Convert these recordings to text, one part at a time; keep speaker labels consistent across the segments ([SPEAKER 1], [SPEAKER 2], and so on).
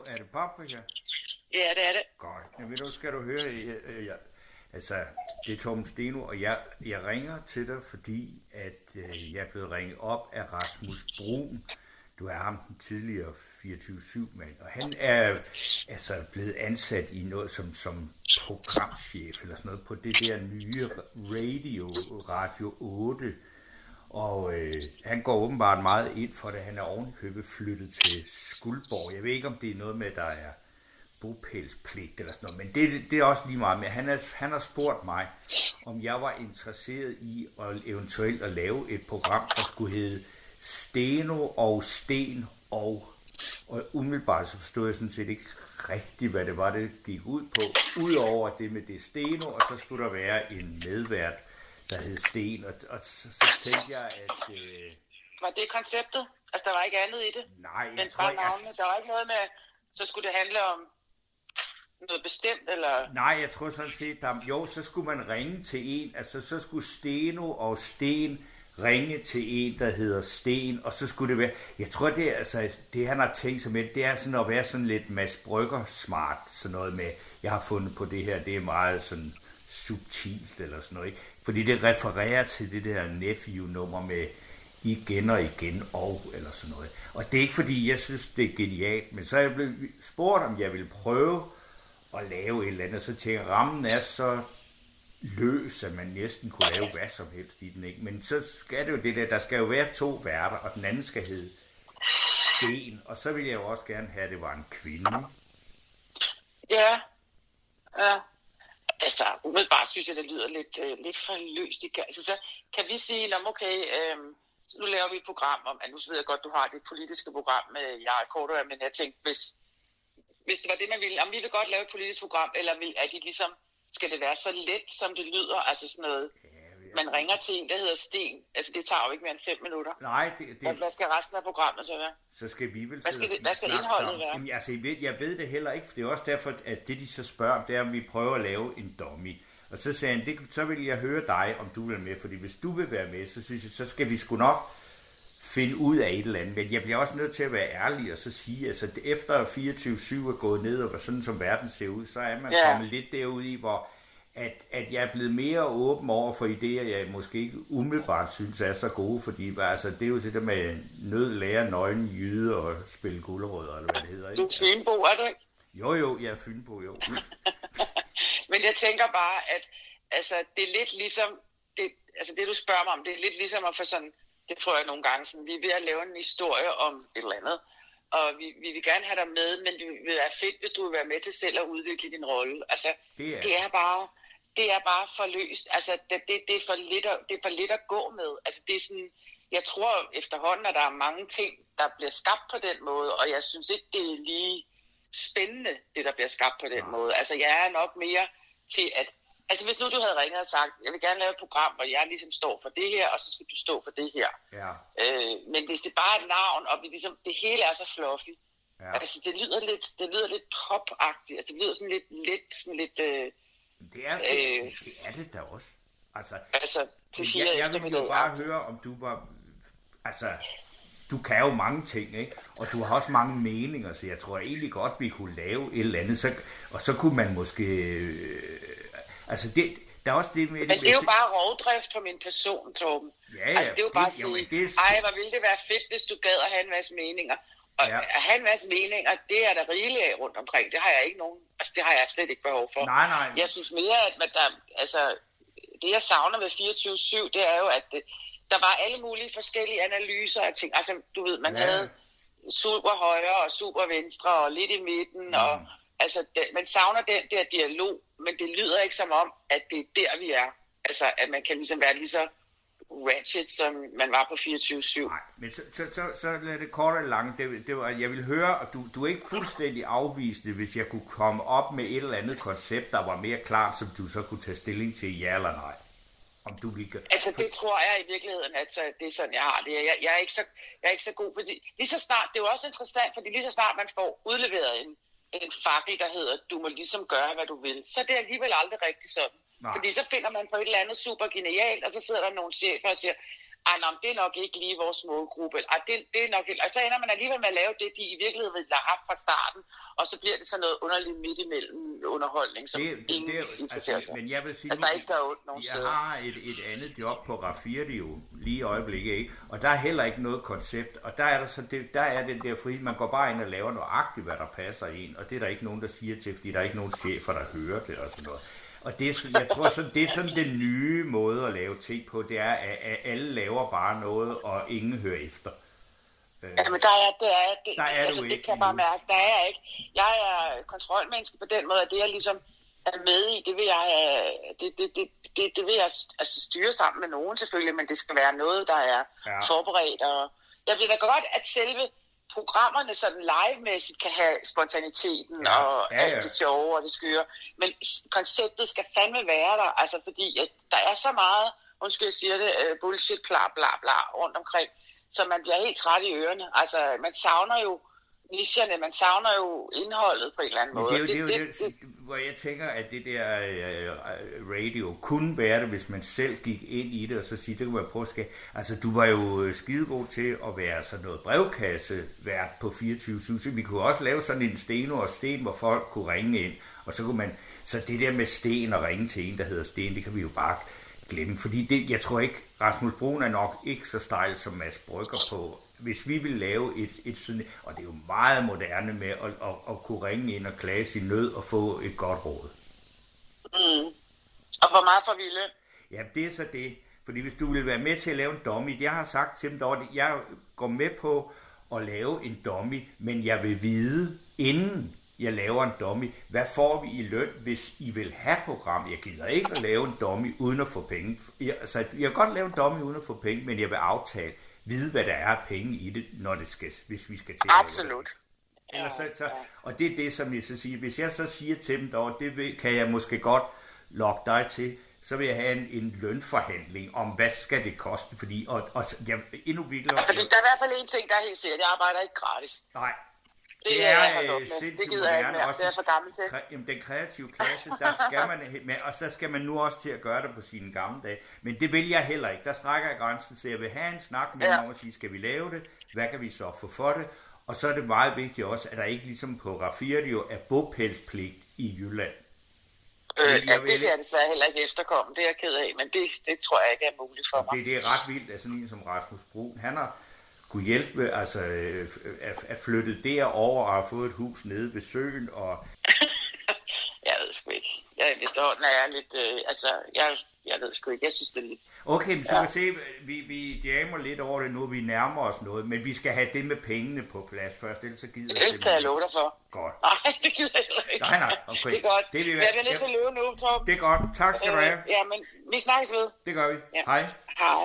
[SPEAKER 1] Afrika?
[SPEAKER 2] Ja, det er det.
[SPEAKER 1] Godt. Jamen, ved du, skal du høre, jeg, jeg, jeg, altså, det er Torben Steno, og jeg, jeg ringer til dig, fordi at øh, jeg er blevet ringet op af Rasmus Brun. Du er ham den tidligere 24-7-mand, og han er altså blevet ansat i noget som, som programchef eller sådan noget på det der nye radio, Radio 8. Og øh, han går åbenbart meget ind for det. Han er ovenkøbet flyttet til Skuldborg. Jeg ved ikke, om det er noget med, der er bopælspligt eller sådan noget, men det, det er også lige meget med. Han, er, han har spurgt mig, om jeg var interesseret i at eventuelt at lave et program, der skulle hedde Steno og Sten og... Og umiddelbart så forstod jeg sådan set ikke rigtigt, hvad det var, det gik ud på. Udover det med det Steno, og så skulle der være en medvært, der hed Sten, og, og så, så tænkte jeg, at... Øh,
[SPEAKER 2] Var det konceptet? Altså, der var ikke andet i det?
[SPEAKER 1] nej, jeg
[SPEAKER 2] Men
[SPEAKER 1] tror,
[SPEAKER 2] bare
[SPEAKER 1] jeg,
[SPEAKER 2] navnene, der var ikke noget med, så skulle det handle om noget bestemt, eller...
[SPEAKER 1] Nej, jeg tror sådan set, der, jo, så skulle man ringe til en, altså så skulle Steno og Sten ringe til en, der hedder Sten, og så skulle det være, jeg tror det er, altså, det han har tænkt sig med, det er sådan at være sådan lidt Mads Brygger smart, sådan noget med, jeg har fundet på det her, det er meget sådan subtilt eller sådan noget, ikke? fordi det refererer til det der nephew-nummer med, igen og igen og eller sådan noget. Og det er ikke fordi, jeg synes, det er genialt, men så er jeg blevet spurgt, om jeg ville prøve at lave et eller andet, og så tænker jeg, rammen er så løs, at man næsten kunne lave hvad som helst i den, ikke? Men så skal det jo det der, der skal jo være to værter, og den anden skal hedde Sten, og så vil jeg jo også gerne have, at det var en kvinde. ikke?
[SPEAKER 2] Ja. ja. Altså, umiddelbart synes jeg, det lyder lidt, øh, lidt for løst. Det kan- Altså, så kan vi sige, "Nå, men okay, øh, nu laver vi et program om, at nu ved jeg godt, du har dit politiske program med Jarl Kortøj, men jeg tænkte, hvis, hvis det var det, man ville, om vi vil godt lave et politisk program, eller vil, er de ligesom, skal det være så let, som det lyder, altså sådan noget, man ringer til en, der hedder Sten, altså det tager jo ikke mere end fem minutter.
[SPEAKER 1] Nej, det,
[SPEAKER 2] Hvad,
[SPEAKER 1] det,
[SPEAKER 2] hvad skal resten af programmet så være?
[SPEAKER 1] så skal vi vel
[SPEAKER 2] Hvad skal
[SPEAKER 1] sidde og
[SPEAKER 2] det- hvad skal
[SPEAKER 1] snakke
[SPEAKER 2] indholdet
[SPEAKER 1] sammen.
[SPEAKER 2] være?
[SPEAKER 1] Jamen, altså, jeg ved, jeg ved det heller ikke, for det er også derfor, at det de så spørger om, det er, om vi prøver at lave en dummy. Og så sagde han, det, så vil jeg høre dig, om du vil med, fordi hvis du vil være med, så synes jeg, så skal vi sgu nok finde ud af et eller andet. Men jeg bliver også nødt til at være ærlig og så sige, altså det- efter 24-7 er gået ned, og hvor sådan som verden ser ud, så er man
[SPEAKER 2] Ja.
[SPEAKER 1] kommet lidt derude i, hvor at, at jeg er blevet mere åben over for idéer, jeg måske ikke umiddelbart synes er så gode, fordi hvad, altså, det er jo det der med nød, lære, nøgen, jyde og spille gulerødder, eller hvad det hedder.
[SPEAKER 2] Du er
[SPEAKER 1] Ikke?
[SPEAKER 2] Fynbo, er du ikke?
[SPEAKER 1] Jo, jo, jeg er Fynbo, jo.
[SPEAKER 2] Men jeg tænker bare, at altså, det er lidt ligesom, det, altså det du spørger mig om, det er lidt ligesom at få sådan, det prøver jeg nogle gange, sådan, vi er ved at lave en historie om et eller andet, og vi, vi vil gerne have dig med, men det vil være fedt, hvis du vil være med til selv at udvikle din rolle. Altså,
[SPEAKER 1] Det er-
[SPEAKER 2] det er bare, det er bare for løst. Altså, det, det, det, er for lidt at, det er for lidt at gå med. Altså, det er sådan, jeg tror efterhånden, at der er mange ting, der bliver skabt på den måde, og jeg synes ikke, det er lige spændende, det der bliver skabt på den måde. Altså, jeg er nok mere til at... Altså, hvis nu du havde ringet og sagt, jeg vil gerne lave et program, hvor jeg ligesom står for det her, og så skal du stå for det her.
[SPEAKER 1] Ja,
[SPEAKER 2] Øh, men hvis det bare er et navn, og vi ligesom, det hele er så fluffy,
[SPEAKER 1] ja.
[SPEAKER 2] ja. altså, det lyder lidt, det lyder lidt pop-agtigt. Altså, det lyder sådan lidt, lidt, sådan lidt, øh,
[SPEAKER 1] Det er det, det, er det da også. Altså,
[SPEAKER 2] altså, det
[SPEAKER 1] jeg,
[SPEAKER 2] fire
[SPEAKER 1] jeg vil jo bare høre, om du var... Altså, du kan jo mange ting, ikke? Og du har også mange meninger, så jeg tror egentlig godt, vi kunne lave et eller andet. Så, og så kunne man måske... Øh, altså, det, der er også det med...
[SPEAKER 2] Men det er jo bare rovdrift på min person, Torben.
[SPEAKER 1] Ja, ja,
[SPEAKER 2] altså, det er jo
[SPEAKER 1] det-
[SPEAKER 2] bare at
[SPEAKER 1] jo, men
[SPEAKER 2] sige,
[SPEAKER 1] det er-
[SPEAKER 2] ej, hvor ville det være fedt, hvis du gad at have en masse meninger. Og
[SPEAKER 1] Ja.
[SPEAKER 2] ja. at have en masse meninger, det er der rigeligt af rundt omkring. Det har jeg ikke nogen, altså det har jeg slet ikke behov for.
[SPEAKER 1] Nej, nej.
[SPEAKER 2] Jeg synes mere, at man der, altså, det jeg savner ved 24-7, det er jo, at det, der var alle mulige forskellige analyser af ting. Altså, du ved, man
[SPEAKER 1] Ja.
[SPEAKER 2] ja. havde super højre og super venstre og lidt i midten. Mm. Og, altså, det, man savner den der dialog, men det lyder ikke som om, at det er der, vi er. Altså, at man kan ligesom være lige så ratchet, som man var på 24-7.
[SPEAKER 1] Nej, men så, så, så, så lad det kort eller langt. Det, det var, jeg vil høre, og du, du er ikke fuldstændig afvisende, hvis jeg kunne komme op med et eller andet koncept, der var mere klart, som du så kunne tage stilling til, ja eller nej. Om du ville... gøre-
[SPEAKER 2] Altså, det tror jeg i virkeligheden, at så det er sådan, jeg har det. Jeg, jeg, er ikke så, jeg er ikke så god, fordi lige så snart, det er jo også interessant, fordi lige så snart man får udleveret en, en fakkel, der hedder, du må ligesom gøre, hvad du vil, så er det alligevel aldrig rigtig sådan.
[SPEAKER 1] Nej.
[SPEAKER 2] Nej. Fordi så finder man på et eller andet super genialt, og så sidder der nogle chefer og siger, ej, nå, men det er nok ikke lige vores målgruppe. Ej, det, det er nok ikke. Og så ender man alligevel med at lave det, de i virkeligheden ville have haft fra starten, og så bliver det sådan noget underligt midt imellem underholdning, som det, ingen det, interesserer
[SPEAKER 1] altså,
[SPEAKER 2] sig.
[SPEAKER 1] men jeg vil sige,
[SPEAKER 2] Altså, der er ikke der ondt nogen
[SPEAKER 1] jeg
[SPEAKER 2] steder.
[SPEAKER 1] har et, et andet job på Rafirdio lige i øjeblikket, ikke? og der er heller ikke noget koncept, og der er, der, så det, der er den der frihed, man går bare ind og laver nøjagtigt, hvad der passer en, og det er der ikke nogen, der siger til, fordi der er ikke nogen chefer, der hører det og sådan noget. Og det, er sådan- jeg tror, sådan, det er sådan den nye måde at lave ting på, det er, at at alle laver bare noget, og ingen hører efter. Øh,
[SPEAKER 2] Ja, men der er, det er, det,
[SPEAKER 1] Der er
[SPEAKER 2] altså,
[SPEAKER 1] du
[SPEAKER 2] det
[SPEAKER 1] ikke
[SPEAKER 2] kan jeg bare
[SPEAKER 1] endnu.
[SPEAKER 2] mærke. Der er jeg ikke. Jeg er kontrolmenneske på den måde, at det jeg ligesom er med i, det vil jeg, øh, det, det, det, det, det vil jeg altså, styre sammen med nogen selvfølgelig, men det skal være noget, der er
[SPEAKER 1] Ja.
[SPEAKER 2] ja. forberedt. Og jeg ved da godt, at selve programmerne sådan live-mæssigt kan have spontaniteten
[SPEAKER 1] Ja.
[SPEAKER 2] ja. og
[SPEAKER 1] Ja,
[SPEAKER 2] ja,
[SPEAKER 1] ja.
[SPEAKER 2] ja. alt det sjove og det skøre, men s- konceptet skal fandme være der, altså fordi at der er så meget, undskyld jeg siger det, øh, bullshit, bla bla bla rundt omkring, så man bliver helt træt i ørerne. Altså, man savner jo nicherne, man savner jo indholdet på en eller anden
[SPEAKER 1] Men
[SPEAKER 2] måde.
[SPEAKER 1] det er jo det, er jo det, hvor jeg tænker, at det der øh, øh, radio kunne være det, hvis man selv gik ind i det, og så sige, det kunne man prøve at skabe. Altså, du var jo øh, skidegod til at være sådan noget brevkassevært på 24 Så vi kunne også lave sådan en steno og sten, hvor folk kunne ringe ind, og så kunne man... Så det der med sten og ringe til en, der hedder sten, det kan vi jo bare glemme. Fordi det, jeg tror ikke, Rasmus Brun er nok ikke så stejl som Mads Brygger på. Hvis vi vil lave et, et sådan, og det er jo meget moderne med at, at, at kunne ringe ind og klage sin nød og få et godt råd.
[SPEAKER 2] Og hvor meget får vi i løn?
[SPEAKER 1] Ja, det er så det. Fordi hvis du vil være med til at lave en dummy, jeg har sagt til dem derovre, at jeg går med på at lave en dummy, men jeg vil vide, inden jeg laver en dummy, hvad får vi i løn, hvis I vil have program? Jeg gider ikke at lave en dummy uden at få penge. Jeg, altså, jeg kan godt lave en dummy uden at få penge, men jeg vil aftale, vide, hvad der er af penge i det, når det skal, hvis vi skal til at lave det.
[SPEAKER 2] Absolut.
[SPEAKER 1] Eller så, så, og det er det, som jeg så siger. Hvis jeg så siger til dem dog, det vil, kan jeg måske godt lokke dig til, så vil jeg have en, en lønforhandling om, hvad skal det koste, fordi, og, og så- jeg, endnu vildere,
[SPEAKER 2] Fordi der er i hvert fald en ting, der er helt sikkert. Jeg arbejder ikke gratis.
[SPEAKER 1] nej,
[SPEAKER 2] Det
[SPEAKER 1] det
[SPEAKER 2] er jeg
[SPEAKER 1] er
[SPEAKER 2] holdt op
[SPEAKER 1] øh,
[SPEAKER 2] med. Det
[SPEAKER 1] sindssygt
[SPEAKER 2] gider jeg ikke
[SPEAKER 1] moderne,
[SPEAKER 2] mere.
[SPEAKER 1] også
[SPEAKER 2] Det er jeg for gammel til.
[SPEAKER 1] kre- Jamen, den kreative klasse, der skal man, he- men, og så skal man nu også til at gøre det på sine gamle dage. Men det vil jeg heller ikke. Der strækker jeg grænsen, så jeg vil have en snak med
[SPEAKER 2] Ja.
[SPEAKER 1] ja. om at sige, skal vi lave det? Hvad kan vi så få for det? Og så er det meget vigtigt også, at der ikke ligesom på Rafirdio er bogpælspligt i Jylland.
[SPEAKER 2] Øh,
[SPEAKER 1] jeg
[SPEAKER 2] ja,
[SPEAKER 1] vil
[SPEAKER 2] det kan
[SPEAKER 1] ikke.
[SPEAKER 2] jeg desværre heller ikke efterkomme. Det er jeg ked af, men det, det tror jeg ikke er muligt for mig.
[SPEAKER 1] Det, det er ret vildt, at sådan en som Rasmus Brun, han har kunne hjælpe med, altså øh, er, er flyttet derover og har fået et hus nede ved søen, og
[SPEAKER 2] Jeg ved sgu ikke. Jeg er lidt, når jeg er lidt, øh, altså, jeg, jeg ved sgu ikke. Jeg synes, det er lidt...
[SPEAKER 1] Okay, men så kan se, vi, vi jammer lidt over det nu, vi nærmer os noget, men vi skal have det med pengene på plads først, ellers så gider jeg
[SPEAKER 2] Det kan jeg love dig for.
[SPEAKER 1] Godt.
[SPEAKER 2] Nej, det gider jeg heller ikke.
[SPEAKER 1] Nej, nej, okay.
[SPEAKER 2] Det er godt.
[SPEAKER 1] Det
[SPEAKER 2] Det
[SPEAKER 1] er
[SPEAKER 2] er
[SPEAKER 1] vi-
[SPEAKER 2] jeg bliver nødt til at løbe nu, Torben. Øh,
[SPEAKER 1] Det er godt. Tak skal du have.
[SPEAKER 2] ja, men vi snakkes ved.
[SPEAKER 1] Det gør vi.
[SPEAKER 2] Ja.
[SPEAKER 1] Hej.
[SPEAKER 2] Hej.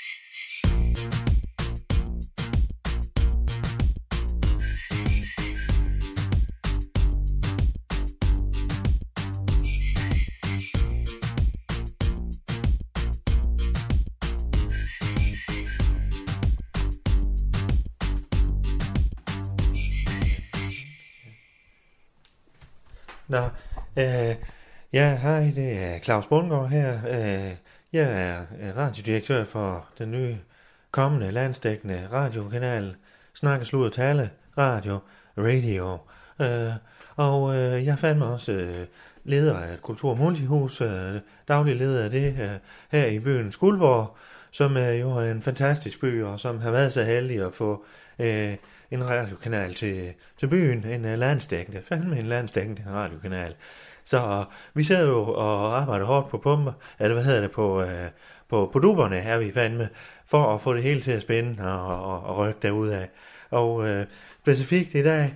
[SPEAKER 3] Nå, øh, ja, hej, det er Claus Bundgaard her. Øh, jeg er øh, radiodirektør for den nye kommende landsdækkende radiokanal Snakke, Slud og Tale Radio Radio. Øh, og øh, jeg fandt mig også øh, leder af et kultur- og multihus, øh, daglig leder af det øh, her i byen Skuldborg, som er jo er en fantastisk by, og som har været så heldig at få øh, en radiokanal til, til byen, en uh, landsdækkende, fandme en landsdækkende radiokanal. Så uh, vi sidder jo og arbejder hårdt på pumper, eller hvad hedder det, på, uh, på, på duberne er vi fandme, for at få det hele til at spænde og, og, og rykke derudad. Og uh, specifikt i dag,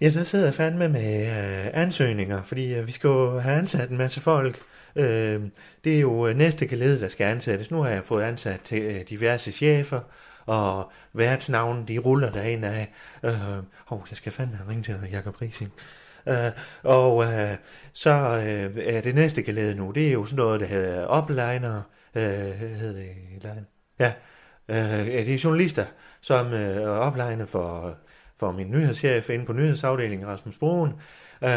[SPEAKER 3] Ja, der sidder jeg fandme med øh, ansøgninger, fordi øh, vi skal jo have ansat en masse folk. Øh, det er jo øh, næste kalede, der skal ansættes. Nu har jeg fået ansat til øh, diverse chefer, og værtsnavne, de ruller derinde af. Øh, hov, jeg skal fandme ringe til Jacob Rising. Øh, og øh, så øh, er det næste kalede nu, det er jo sådan noget, der hedder upliner. Øh, hedder det? Line? Ja, øh, ja, det er journalister, som øh, er upliner for for min nyhedschef inde på nyhedsafdelingen, Rasmus Broen. Øh,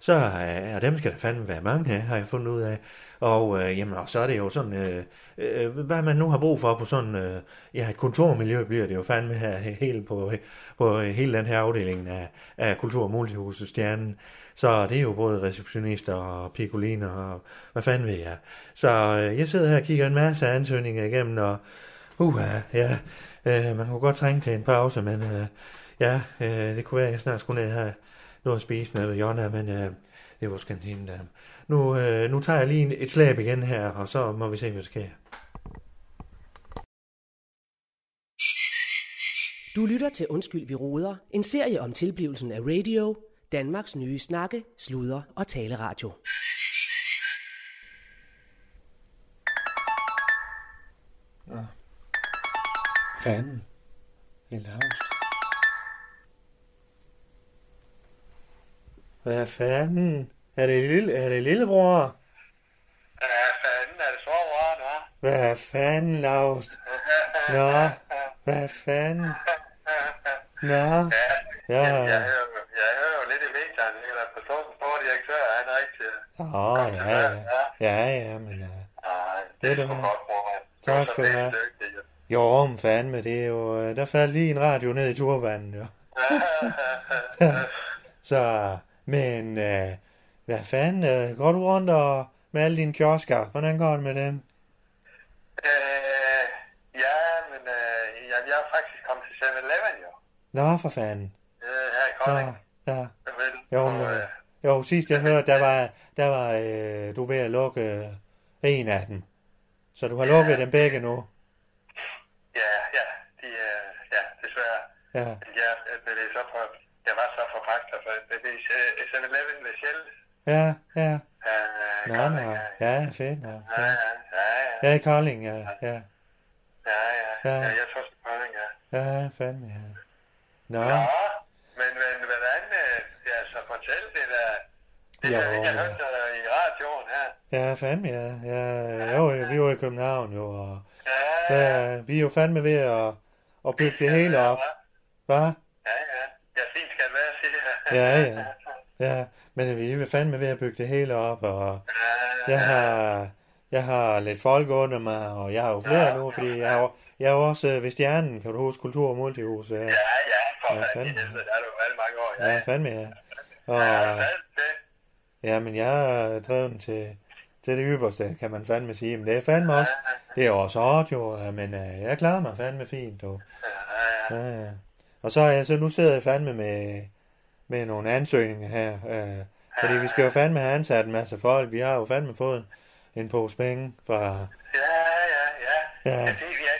[SPEAKER 3] så, øh, og dem skal der fandme være mange af, har jeg fundet ud af. Og, øh, jamen, og så er det jo sådan, øh, øh, hvad man nu har brug for på sådan øh, ja, et kontormiljø, bliver det jo fandme her helt på, på hele den her afdeling af, af Kultur- og Multihuset Stjernen. Så det er jo både receptionister og picoliner og hvad fanden ved jeg. Så øh, jeg sidder her og kigger en masse ansøgninger igennem, og uh, ja, øh, man kunne godt trænge til en pause, men øh, ja, øh, det kunne være, at jeg snart skulle ned her noget at spise med Jonna, men øh, det var skantinen der. Nu, øh, nu tager jeg lige en- et slag igen her, og så må vi se, hvad der sker.
[SPEAKER 4] Du lytter til Undskyld, vi råder. En serie om tilblivelsen af radio, Danmarks nye snakke, sludre og taleradio.
[SPEAKER 3] Fanden. Helt havst. Hvad fanden? Er det, lille, er det lillebror?
[SPEAKER 5] Ja, fanden er det soveren, hva'?
[SPEAKER 3] Hvad fanden, Laust? Nå, hvad fanden? Nå,
[SPEAKER 5] Ja,
[SPEAKER 3] ja,
[SPEAKER 5] jeg,
[SPEAKER 3] ja.
[SPEAKER 5] hører, jo- jeg hører jo lidt i medierne, ikke? Lars Thorsen, store direktør, er øh, han rigtig...
[SPEAKER 3] Åh, ja, ja, ja, ja, men øh, ja.
[SPEAKER 5] Nej,
[SPEAKER 3] Ved
[SPEAKER 5] det er
[SPEAKER 3] du
[SPEAKER 5] sgu
[SPEAKER 3] hvad?
[SPEAKER 5] godt, bror, mand.
[SPEAKER 3] Tak
[SPEAKER 5] Du er så
[SPEAKER 3] skal du have.
[SPEAKER 5] pænt dygtig, jo.
[SPEAKER 3] Jo, men fandme, det er jo... øh, Der faldt lige en radio ned i turbanen, jo. Så, men... Øh, hvad fanden? Øh, går du rundt og, med alle dine kiosker? Hvordan går det med dem?
[SPEAKER 5] Øh, ja, men øh, jeg, jeg er faktisk kommet til 7-Eleven, jo.
[SPEAKER 3] Nå, for fanden.
[SPEAKER 5] Øh, her i Kolding.
[SPEAKER 3] Nå, ja. Ah.
[SPEAKER 5] Vel,
[SPEAKER 3] Jo,
[SPEAKER 5] og,
[SPEAKER 3] men, øh,
[SPEAKER 5] øh,
[SPEAKER 3] jo, sidst jeg hørte, der var, der var øh, du ved at lukke øh, en af dem. Så du har lukket dem begge nu.
[SPEAKER 5] ja, ja, de, øh, ja, desværre.
[SPEAKER 3] Ja,
[SPEAKER 5] Ja, øh, det er så for... Jeg var så forpagter, for det er øh, 7-Eleven ved Shell.
[SPEAKER 3] ja, ja.
[SPEAKER 5] Øh,
[SPEAKER 3] Nå,
[SPEAKER 5] Kolding,
[SPEAKER 3] nå.
[SPEAKER 5] ja.
[SPEAKER 3] Ja, fedt. Nå. Ja.
[SPEAKER 5] Ja, ja, ja, ja.
[SPEAKER 3] ja, i Kolding, ja, ja.
[SPEAKER 5] Ja, ja.
[SPEAKER 3] Ja.
[SPEAKER 5] ja. ja jeg tror sgu på den, ja.
[SPEAKER 3] Ja, fandme, ja. Nå,
[SPEAKER 5] Nå, men, men hvordan, øh, ja, så fortæl det der. Det
[SPEAKER 3] Jo,
[SPEAKER 5] der, jeg
[SPEAKER 3] ja.
[SPEAKER 5] hørte øh, i radioen her.
[SPEAKER 3] ja, fandme, ja. ja jo, jo, vi var i København jo, og
[SPEAKER 5] Ja,
[SPEAKER 3] ja, vi er jo fandme ved at, at bygge det hele op. Hva?
[SPEAKER 5] Ja, ja. Ja, fint skal det være, siger jeg.
[SPEAKER 3] Ja, ja. Ja, men vi er fandme ved at bygge det hele op, og jeg har, jeg har lidt folk under mig, og jeg har jo flere nu, fordi jeg har, jo- jeg er jo også øh, ved stjernen, kan du huske, Kultur- og Multihus. Ja,
[SPEAKER 5] Ja, ja, for
[SPEAKER 3] Ja,
[SPEAKER 5] ja, fanden.
[SPEAKER 3] fandme.
[SPEAKER 5] i helvede, der er du jo alle mange år. Ja,
[SPEAKER 3] ja fandme, ja.
[SPEAKER 5] ja.
[SPEAKER 3] Og,
[SPEAKER 5] hvad det?
[SPEAKER 3] ja, men jeg har drevet den til, til det ypperste, kan man fandme sige. Men det er fandme også, det er jo også hårdt jo, øh, men øh, jeg klarer mig fandme fint, dog.
[SPEAKER 5] Ja, ja.
[SPEAKER 3] Ja, ja. Og så, er jeg- så nu sidder jeg fandme med, med nogle ansøgninger her. Øh, fordi vi skal jo fandme have ansat en masse folk. Vi har jo fandme fået en, en pose penge fra...
[SPEAKER 5] Ja, ja, ja.
[SPEAKER 3] Ja.
[SPEAKER 5] Ja, det, ja,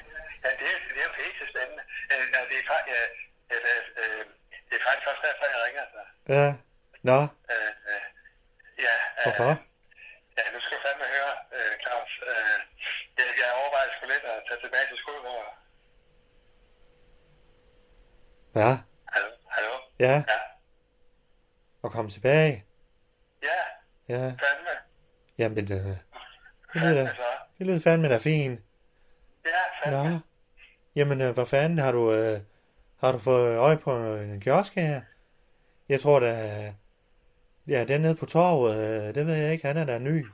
[SPEAKER 5] ja, det, er, det er jo pisse spændende. Øh, ja, det, er, fa- ja, ja, det, er, øh, det er faktisk også derfor, jeg ringer. Så.
[SPEAKER 3] Ja, nå,
[SPEAKER 5] Øh, øh, ja, øh,
[SPEAKER 3] hvorfor?
[SPEAKER 5] Ja, nu skal du fandme høre, øh, Claus. Øh, jeg, jeg overvejer sgu lidt at tage tilbage til skolen.
[SPEAKER 3] Ja,
[SPEAKER 5] Hallo? Hallo?
[SPEAKER 3] ja,
[SPEAKER 5] Ja.
[SPEAKER 3] og komme tilbage.
[SPEAKER 5] Ja,
[SPEAKER 3] Ja,
[SPEAKER 5] fandme.
[SPEAKER 3] jamen, øh, det lyder da,
[SPEAKER 5] Altså,
[SPEAKER 3] det lyder fandme da fint.
[SPEAKER 5] ja, fandme.
[SPEAKER 3] Nå, jamen, øh, hvad fanden har du, øh, har du fået øje på en kiosk her? Jeg tror da, ja, den nede på torvet, øh, det ved jeg ikke, han er da ny.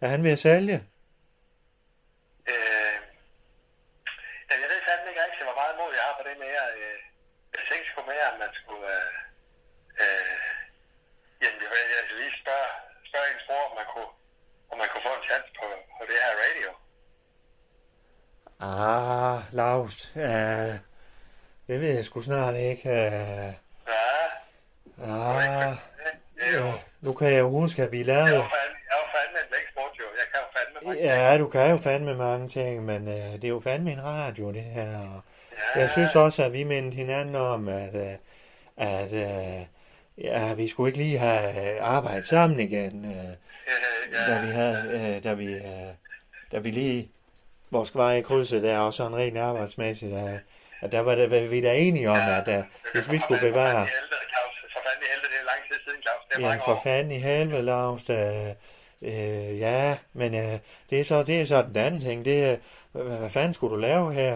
[SPEAKER 3] Er han ved at sælge?
[SPEAKER 5] Øh, ja, jeg ved fandme ikke rigtig, hvor meget mod jeg har på det mere. Øh, jeg tænkte sgu mere, om man skulle... Øh, øh, jamen, jeg, jeg, jeg lige spørge, spørge ens bror, om man kunne, om man kunne få en chance på, på det her radio.
[SPEAKER 3] Ah, Laust. Ja, det ved jeg sgu snart ikke. øh.
[SPEAKER 5] Ja,
[SPEAKER 3] Ah,
[SPEAKER 5] det er jo...
[SPEAKER 3] jo. nu kan jeg jo huske, at vi
[SPEAKER 5] Jeg
[SPEAKER 3] lavede...
[SPEAKER 5] er jo fandme, jeg er jo fandme en blæksprut, jo. Jeg kan jo fandme mange ting.
[SPEAKER 3] Ja, du kan jo fandme mange ting, men øh, det er jo fandme en radio, det her. Og
[SPEAKER 5] Ja,
[SPEAKER 3] Jeg synes også, at vi mindte hinanden om, at, øh, at øh, ja, vi skulle ikke lige have øh, arbejdet sammen igen, øh,
[SPEAKER 5] øh, ja,
[SPEAKER 3] da vi, havde, øh, da vi, øh, da vi lige... Vores veje krydset der, og sådan rent arbejdsmæssigt, øh, at der var, der, var vi da enige om, at øh, hvis vi skulle bevare...
[SPEAKER 5] For fanden i helvede, Claus. For fanden i helvede, det er lang tid siden, Claus. Det er
[SPEAKER 3] Ja,
[SPEAKER 5] mange
[SPEAKER 3] for
[SPEAKER 5] år.
[SPEAKER 3] fanden i helvede, Lars. Øh, øh, ja, men øh, det, er så, det er så den anden ting. Det er, øh, hvad, hvad fanden skulle du lave her?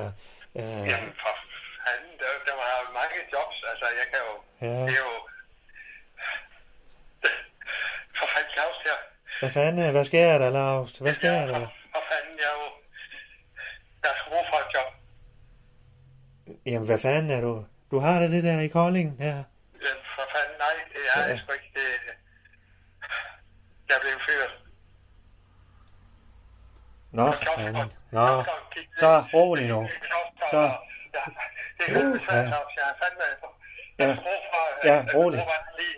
[SPEAKER 3] Øh,
[SPEAKER 5] Jamen, for fanden, det, det var jo mange jobs. Altså, jeg kan jo...
[SPEAKER 3] Ja.
[SPEAKER 5] Det er jo... For fanden, Claus, her.
[SPEAKER 3] Hvad fanden, øh, hvad sker der, Lars? Hvad sker
[SPEAKER 5] Ja,
[SPEAKER 3] der?
[SPEAKER 5] for, for fanden, jeg er jo... Jeg er sgu brug for et job.
[SPEAKER 3] Jamen, hvad fanden er du? Du har da det der i Kolding her.
[SPEAKER 5] Ja, for fanden, nej, det er
[SPEAKER 3] Ja.
[SPEAKER 5] jeg sgu ikke. Det... Jeg blev fyret.
[SPEAKER 3] Nå, for fanden. Nå, så rolig nu. Så.
[SPEAKER 5] Ja, det er godt, så
[SPEAKER 3] Ja.
[SPEAKER 5] jeg er fandme...
[SPEAKER 3] Ja.
[SPEAKER 5] Jeg har brug for, øh,
[SPEAKER 3] Ja,
[SPEAKER 5] jeg har
[SPEAKER 3] rolig.
[SPEAKER 5] brug for at lige,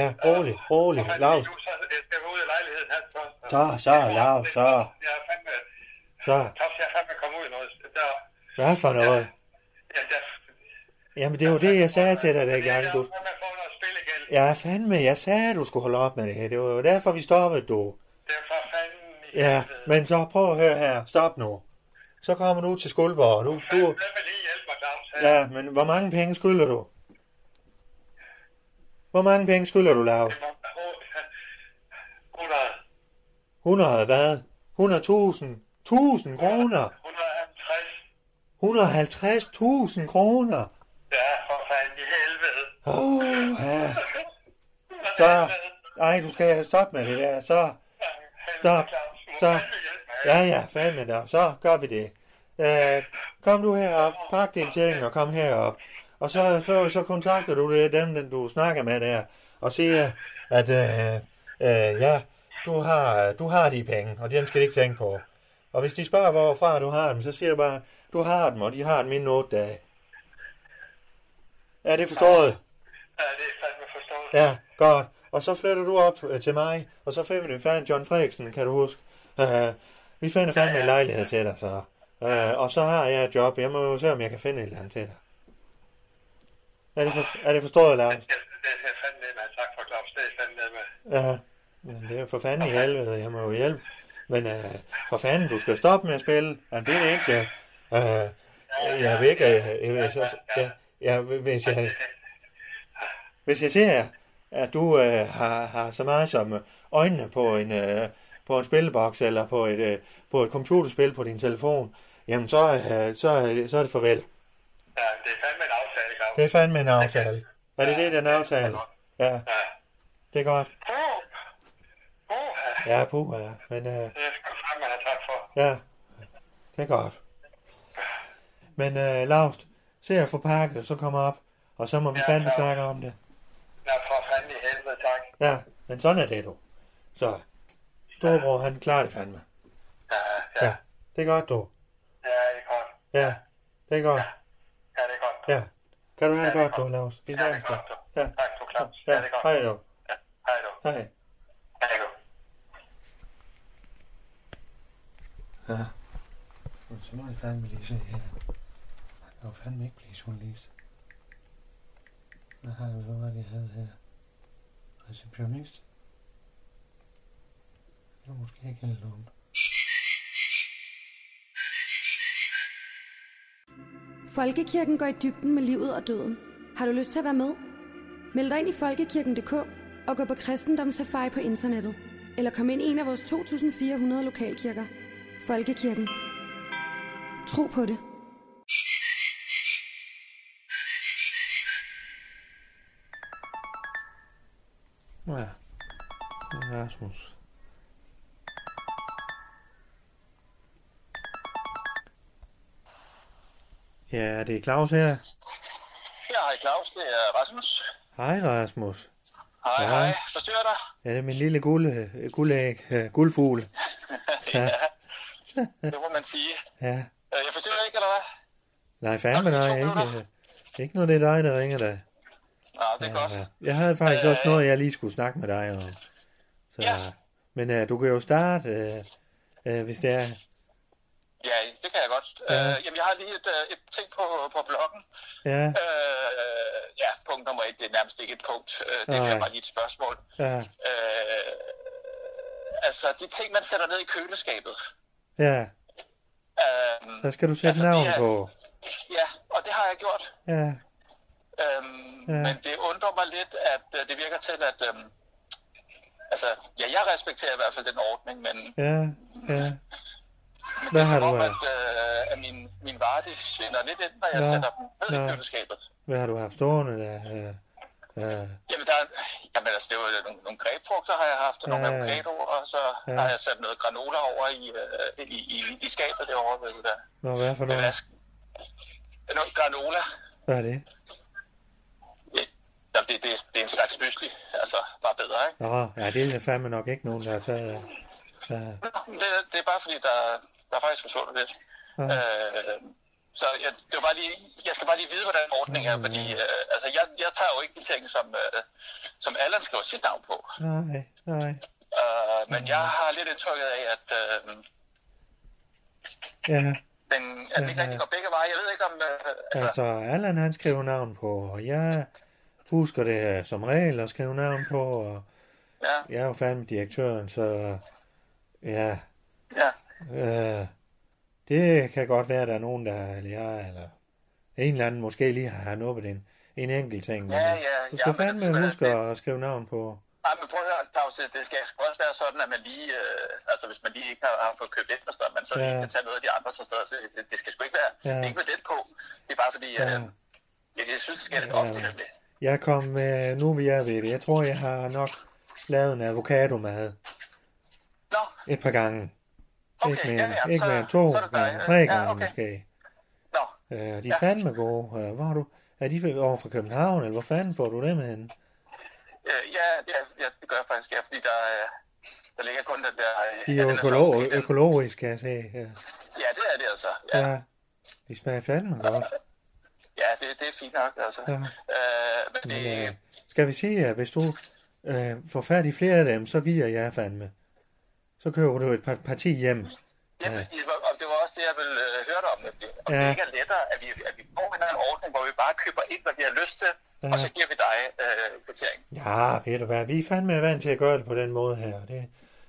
[SPEAKER 5] øh,
[SPEAKER 3] Ja, rolig,
[SPEAKER 5] øh,
[SPEAKER 3] rolig,
[SPEAKER 5] for fanden,
[SPEAKER 3] Claus.
[SPEAKER 5] nu, så Jeg skal ud af lejligheden her først.
[SPEAKER 3] Så, så,
[SPEAKER 5] Jeg tror,
[SPEAKER 3] Claus,
[SPEAKER 5] det-
[SPEAKER 3] så.
[SPEAKER 5] Jeg er fandme...
[SPEAKER 3] Så,
[SPEAKER 5] Claus, jeg er fandme kommet ud i noget. Der,
[SPEAKER 3] hvad for noget?
[SPEAKER 5] ja, der,
[SPEAKER 3] Jamen, det var det, jeg sagde til dig dengang,
[SPEAKER 5] Jeg
[SPEAKER 3] du.
[SPEAKER 5] har fandme fået noget spil igen.
[SPEAKER 3] Ja, fandme, jeg sagde, at du skulle holde op med det her. Det var jo derfor, vi stoppede, du.
[SPEAKER 5] Det er for fanden... i
[SPEAKER 3] Ja,
[SPEAKER 5] helvede.
[SPEAKER 3] men så prøv at høre her. Stop nu. Så kommer du til Skuldborg. Du, du,
[SPEAKER 5] Hvem vil lige hjælpe mig, Claus?
[SPEAKER 3] ja, men hvor mange penge skylder du? Hvor mange penge skylder du, Lars?
[SPEAKER 5] Det var 100,
[SPEAKER 3] 100 hvad? 100.000? 1000 kroner?
[SPEAKER 5] 150.
[SPEAKER 3] 150.000 kroner?
[SPEAKER 5] Ja, for fanden i helvede.
[SPEAKER 3] Åh, ja. Så, nej, du skal stoppe med det der. Så, stop. Så, ja, ja, fandme der. Så gør vi det. Øh, kom du herop, pak dine ting og kom herop. Og så, så, så kontakter du det, dem, den du snakker med der, og siger, at øh, øh, ja, du har, du har de penge, og dem skal de ikke tænke på. Og hvis de spørger, hvorfra du har dem, så siger du bare, du har dem, og de har dem inden 8 dage. Er det forstået?
[SPEAKER 5] Ja, det er fandme forstået.
[SPEAKER 3] Ja, godt. Og så flytter du op øh, til mig, og så finder vi fandme John Frederiksen, kan du huske. Uh, vi finder fandme en lejlighed til dig, så. Uh, og så har jeg et job. Jeg må jo se, om jeg kan finde et eller andet til dig. Er det, for, er det forstået, Lars?
[SPEAKER 5] Ja, det er fandme med. Tak for Claus. Det er fandme med.
[SPEAKER 3] Ja. Men det er for fanden i helvede. Jeg må jo hjælpe. Men uh, for fanden, du skal stoppe med at spille. Jamen, det er det ikke, jeg. Uh, jeg vil ikke... Uh, jeg, jeg, jeg, jeg, hvis jeg, Hvis jeg ser, at du øh, har, har så meget som øh, øjnene på en, øh, på en spilleboks eller på et, øh, på et computerspil på din telefon, jamen så, øh, så, er det- så er det farvel.
[SPEAKER 5] Ja, det er fandme en aftale, Claus.
[SPEAKER 3] Det er fandme en aftale. Er det det, den aftale? Ja,
[SPEAKER 5] Ja.
[SPEAKER 3] det er godt.
[SPEAKER 5] Åh, åh, ja.
[SPEAKER 3] Ja, puh, ja. Men øh,
[SPEAKER 5] Det skal du fandme have tak for.
[SPEAKER 3] ja, det er godt. Men øh, Laust, se at få pakket, så kom op, og så må vi
[SPEAKER 5] Ja,
[SPEAKER 3] fandme
[SPEAKER 5] Claus.
[SPEAKER 3] snakke om det.
[SPEAKER 5] Ja, for fanden i helvede, tak.
[SPEAKER 3] Ja, men sådan er det, du. Så, storebror, han klarer det fandme.
[SPEAKER 5] Ja, ja.
[SPEAKER 3] Ja, det er godt, du.
[SPEAKER 5] Ja, det er godt.
[SPEAKER 3] Ja, det er godt.
[SPEAKER 5] Ja, det er godt.
[SPEAKER 3] Ja. Kan du have det
[SPEAKER 5] Ja, det er
[SPEAKER 3] godt, du,
[SPEAKER 5] godt.
[SPEAKER 3] Lars? Vi
[SPEAKER 5] Ja, det
[SPEAKER 3] snakkes
[SPEAKER 5] er godt.
[SPEAKER 3] godt.
[SPEAKER 5] du.
[SPEAKER 3] Ja.
[SPEAKER 5] Tak, du Claus. Ja,
[SPEAKER 3] Ja,
[SPEAKER 5] det er godt.
[SPEAKER 3] hej du.
[SPEAKER 5] Ja, Hej du.
[SPEAKER 3] Hej.
[SPEAKER 5] Hej du.
[SPEAKER 3] Ja. Så må jeg fandme lige se her. Jeg kan jo fandme ikke blive journalist. Hvad har jeg, hvad var det, jeg havde her? Receptionist? Det var måske ikke helt dumt.
[SPEAKER 6] Folkekirken går i dybden med livet og døden. Har du lyst til at være med? Meld dig ind i folkekirken.dk og gå på kristendomssafari på internettet. Eller kom ind i en af vores 2.400 lokalkirker. Folkekirken. Tro på det.
[SPEAKER 3] Ja. Det er Rasmus. Ja, det er Claus her.
[SPEAKER 5] Ja, hej Claus. Det er Rasmus.
[SPEAKER 3] Hej Rasmus.
[SPEAKER 5] Hej,
[SPEAKER 3] Ja.
[SPEAKER 5] hej. Forstyrrer dig?
[SPEAKER 3] Ja, det er min lille guld, øh, guldæg, øh, guldfugl. Ja,
[SPEAKER 5] Det må man sige.
[SPEAKER 3] ja.
[SPEAKER 5] Øh, Jeg forstyrrer ikke, eller hvad?
[SPEAKER 3] Nej, fandme nej, jeg er ikke, øh, ikke når det er dig, der ringer dig.
[SPEAKER 5] Nå, det er godt. Øh,
[SPEAKER 3] Ja, jeg havde faktisk også noget, jeg lige skulle snakke med dig om. Så,
[SPEAKER 5] Ja.
[SPEAKER 3] Men øh, du kan jo starte, øh, øh, hvis det er...
[SPEAKER 5] Ja, det kan jeg godt.
[SPEAKER 3] Ja.
[SPEAKER 5] Ja. Øh, jamen, jeg har lige et, øh, et ting på, på bloggen.
[SPEAKER 3] Ja,
[SPEAKER 5] Øh, ja, punkt nummer et, det er nærmest ikke et punkt. Øh, det
[SPEAKER 3] Nej.
[SPEAKER 5] er bare lige et spørgsmål.
[SPEAKER 3] ja,
[SPEAKER 5] Øh, altså, de ting, man sætter ned i køleskabet.
[SPEAKER 3] ja.
[SPEAKER 5] Øh,
[SPEAKER 3] Der skal du sætte navn på.
[SPEAKER 5] ja, og det har jeg gjort.
[SPEAKER 3] Ja,
[SPEAKER 5] Øhm,
[SPEAKER 3] Ja.
[SPEAKER 5] ja. Men det undrer mig lidt, at øh, det virker til, at... Øhm, altså, ja, jeg respekterer i hvert fald den ordning, men,
[SPEAKER 3] ja, ja.
[SPEAKER 5] men det
[SPEAKER 3] Hvad
[SPEAKER 5] er
[SPEAKER 3] har
[SPEAKER 5] som
[SPEAKER 3] du
[SPEAKER 5] om,
[SPEAKER 3] af?
[SPEAKER 5] at, øh, at min, min varer, de svinder lidt ind, når jeg
[SPEAKER 3] Nå,
[SPEAKER 5] sætter dem ned
[SPEAKER 3] nå.
[SPEAKER 5] i køleskabet.
[SPEAKER 3] Hvad har du haft stående der? Øh, øh,
[SPEAKER 5] Jamen, der, er- jamen altså, det var jo nogle, nogle grebfrugter, har jeg haft, og nogle
[SPEAKER 3] Ja, ja.
[SPEAKER 5] avocado, og så
[SPEAKER 3] Ja.
[SPEAKER 5] har jeg sat noget granola over i, øh, i, i, i skabet derovre, ved du der.
[SPEAKER 3] nå, hvad for
[SPEAKER 5] Men
[SPEAKER 3] noget?
[SPEAKER 5] hvad sk- Noget granola,
[SPEAKER 3] Hvad er det?
[SPEAKER 5] ja, jamen, det, det, det er en slags mysli, altså bare bedre, ikke?
[SPEAKER 3] Nå, ja, det er fandme nok ikke nogen, der har taget. Øh,
[SPEAKER 5] Det, det er bare fordi, der, der er faktisk forsvundet lidt.
[SPEAKER 3] Ja.
[SPEAKER 5] Ja. Øh, så jeg, det var bare lige, jeg skal bare lige vide, hvordan ordningen er, fordi
[SPEAKER 3] Mm.
[SPEAKER 5] øh, altså, jeg, jeg tager jo ikke de ting, som, øh, som Allan skriver sit navn på.
[SPEAKER 3] nej, nej.
[SPEAKER 5] Øh,
[SPEAKER 3] Mm.
[SPEAKER 5] men jeg har lidt indtrykket af, at, øh,
[SPEAKER 3] Ja,
[SPEAKER 5] den, at det ikke
[SPEAKER 3] Ja.
[SPEAKER 5] rigtig går begge veje. Jeg ved ikke om... Øh, altså,
[SPEAKER 3] altså, Allan han skrev navn på, og jeg husker det øh, som regel at skrive navn på, og
[SPEAKER 5] ja,
[SPEAKER 3] jeg er jo fandme direktøren, så ja,
[SPEAKER 5] ja.
[SPEAKER 3] øh, det kan godt være, at der er nogen, der, eller jeg, eller en eller anden måske lige har nuppet en, en enkelt ting. men,
[SPEAKER 5] Ja, ja,
[SPEAKER 3] Du skal
[SPEAKER 5] ja, men altså, det skal
[SPEAKER 3] fandme
[SPEAKER 5] være-
[SPEAKER 3] huske at skrive navn på.
[SPEAKER 5] Ej, men prøv at høre, Claus, det, det skal sgu også være sådan, at man lige, øh, altså hvis man lige ikke har, har fået købt ind og sådan noget, man så lige
[SPEAKER 3] Ja.
[SPEAKER 5] kan tage noget af de andre, så steder, så det, det skal sgu ikke være,
[SPEAKER 3] Ja.
[SPEAKER 5] det er ikke med den på. Det er bare fordi,
[SPEAKER 3] Ja.
[SPEAKER 5] ja. øh, jeg, jeg synes, det skal lidt ofte,
[SPEAKER 3] Ja.
[SPEAKER 5] nemlig.
[SPEAKER 3] Jeg kom med, nu vil jeg ved det, jeg tror, jeg har nok lavet en avocadomad
[SPEAKER 5] Nå,
[SPEAKER 3] et par gange.
[SPEAKER 5] Okay,
[SPEAKER 3] ikke mere,
[SPEAKER 5] ja, ja,
[SPEAKER 3] ikke
[SPEAKER 5] så-
[SPEAKER 3] mere end to,
[SPEAKER 5] så er det dig.
[SPEAKER 3] men tre
[SPEAKER 5] Ja,
[SPEAKER 3] gange
[SPEAKER 5] okay.
[SPEAKER 3] måske.
[SPEAKER 5] nå,
[SPEAKER 3] Øh, de er
[SPEAKER 5] Ja.
[SPEAKER 3] fandme gode. Øh, hvor har du, er de over fra København, eller hvor fanden får du dem hen?
[SPEAKER 5] øh, ja, ja, ja, det gør jeg faktisk, ja, fordi der, øh, der ligger kun den der... øh,
[SPEAKER 3] De
[SPEAKER 5] ja,
[SPEAKER 3] er
[SPEAKER 5] den
[SPEAKER 3] jo
[SPEAKER 5] der
[SPEAKER 3] økolo-
[SPEAKER 5] sommerfugl, den-
[SPEAKER 3] økologiske, kan jeg se. Ja.
[SPEAKER 5] Ja, det er det altså. Ja,
[SPEAKER 3] ja. De smager fandme godt.
[SPEAKER 5] ja det, det er fint nok, altså.
[SPEAKER 3] Ja.
[SPEAKER 5] Øh, men det,
[SPEAKER 3] Men, øh, skal vi sige, at hvis du øh, får fat i flere af dem, så giver jeg fandme. Så køber du et par parti hjem.
[SPEAKER 5] Ja,
[SPEAKER 3] Ja.
[SPEAKER 5] præcis. Og det var også det, jeg ville øh, høre dig om. nemlig. Om
[SPEAKER 3] Ja.
[SPEAKER 5] det ikke er lettere, at vi, at vi får en eller anden ordning, hvor vi bare køber ind, hvad vi har lyst til,
[SPEAKER 3] Ja.
[SPEAKER 5] og så giver vi dig øh, kvittering.
[SPEAKER 3] Ja, ved du hvad, vi er fandme vant til at gøre det på den måde her. Det,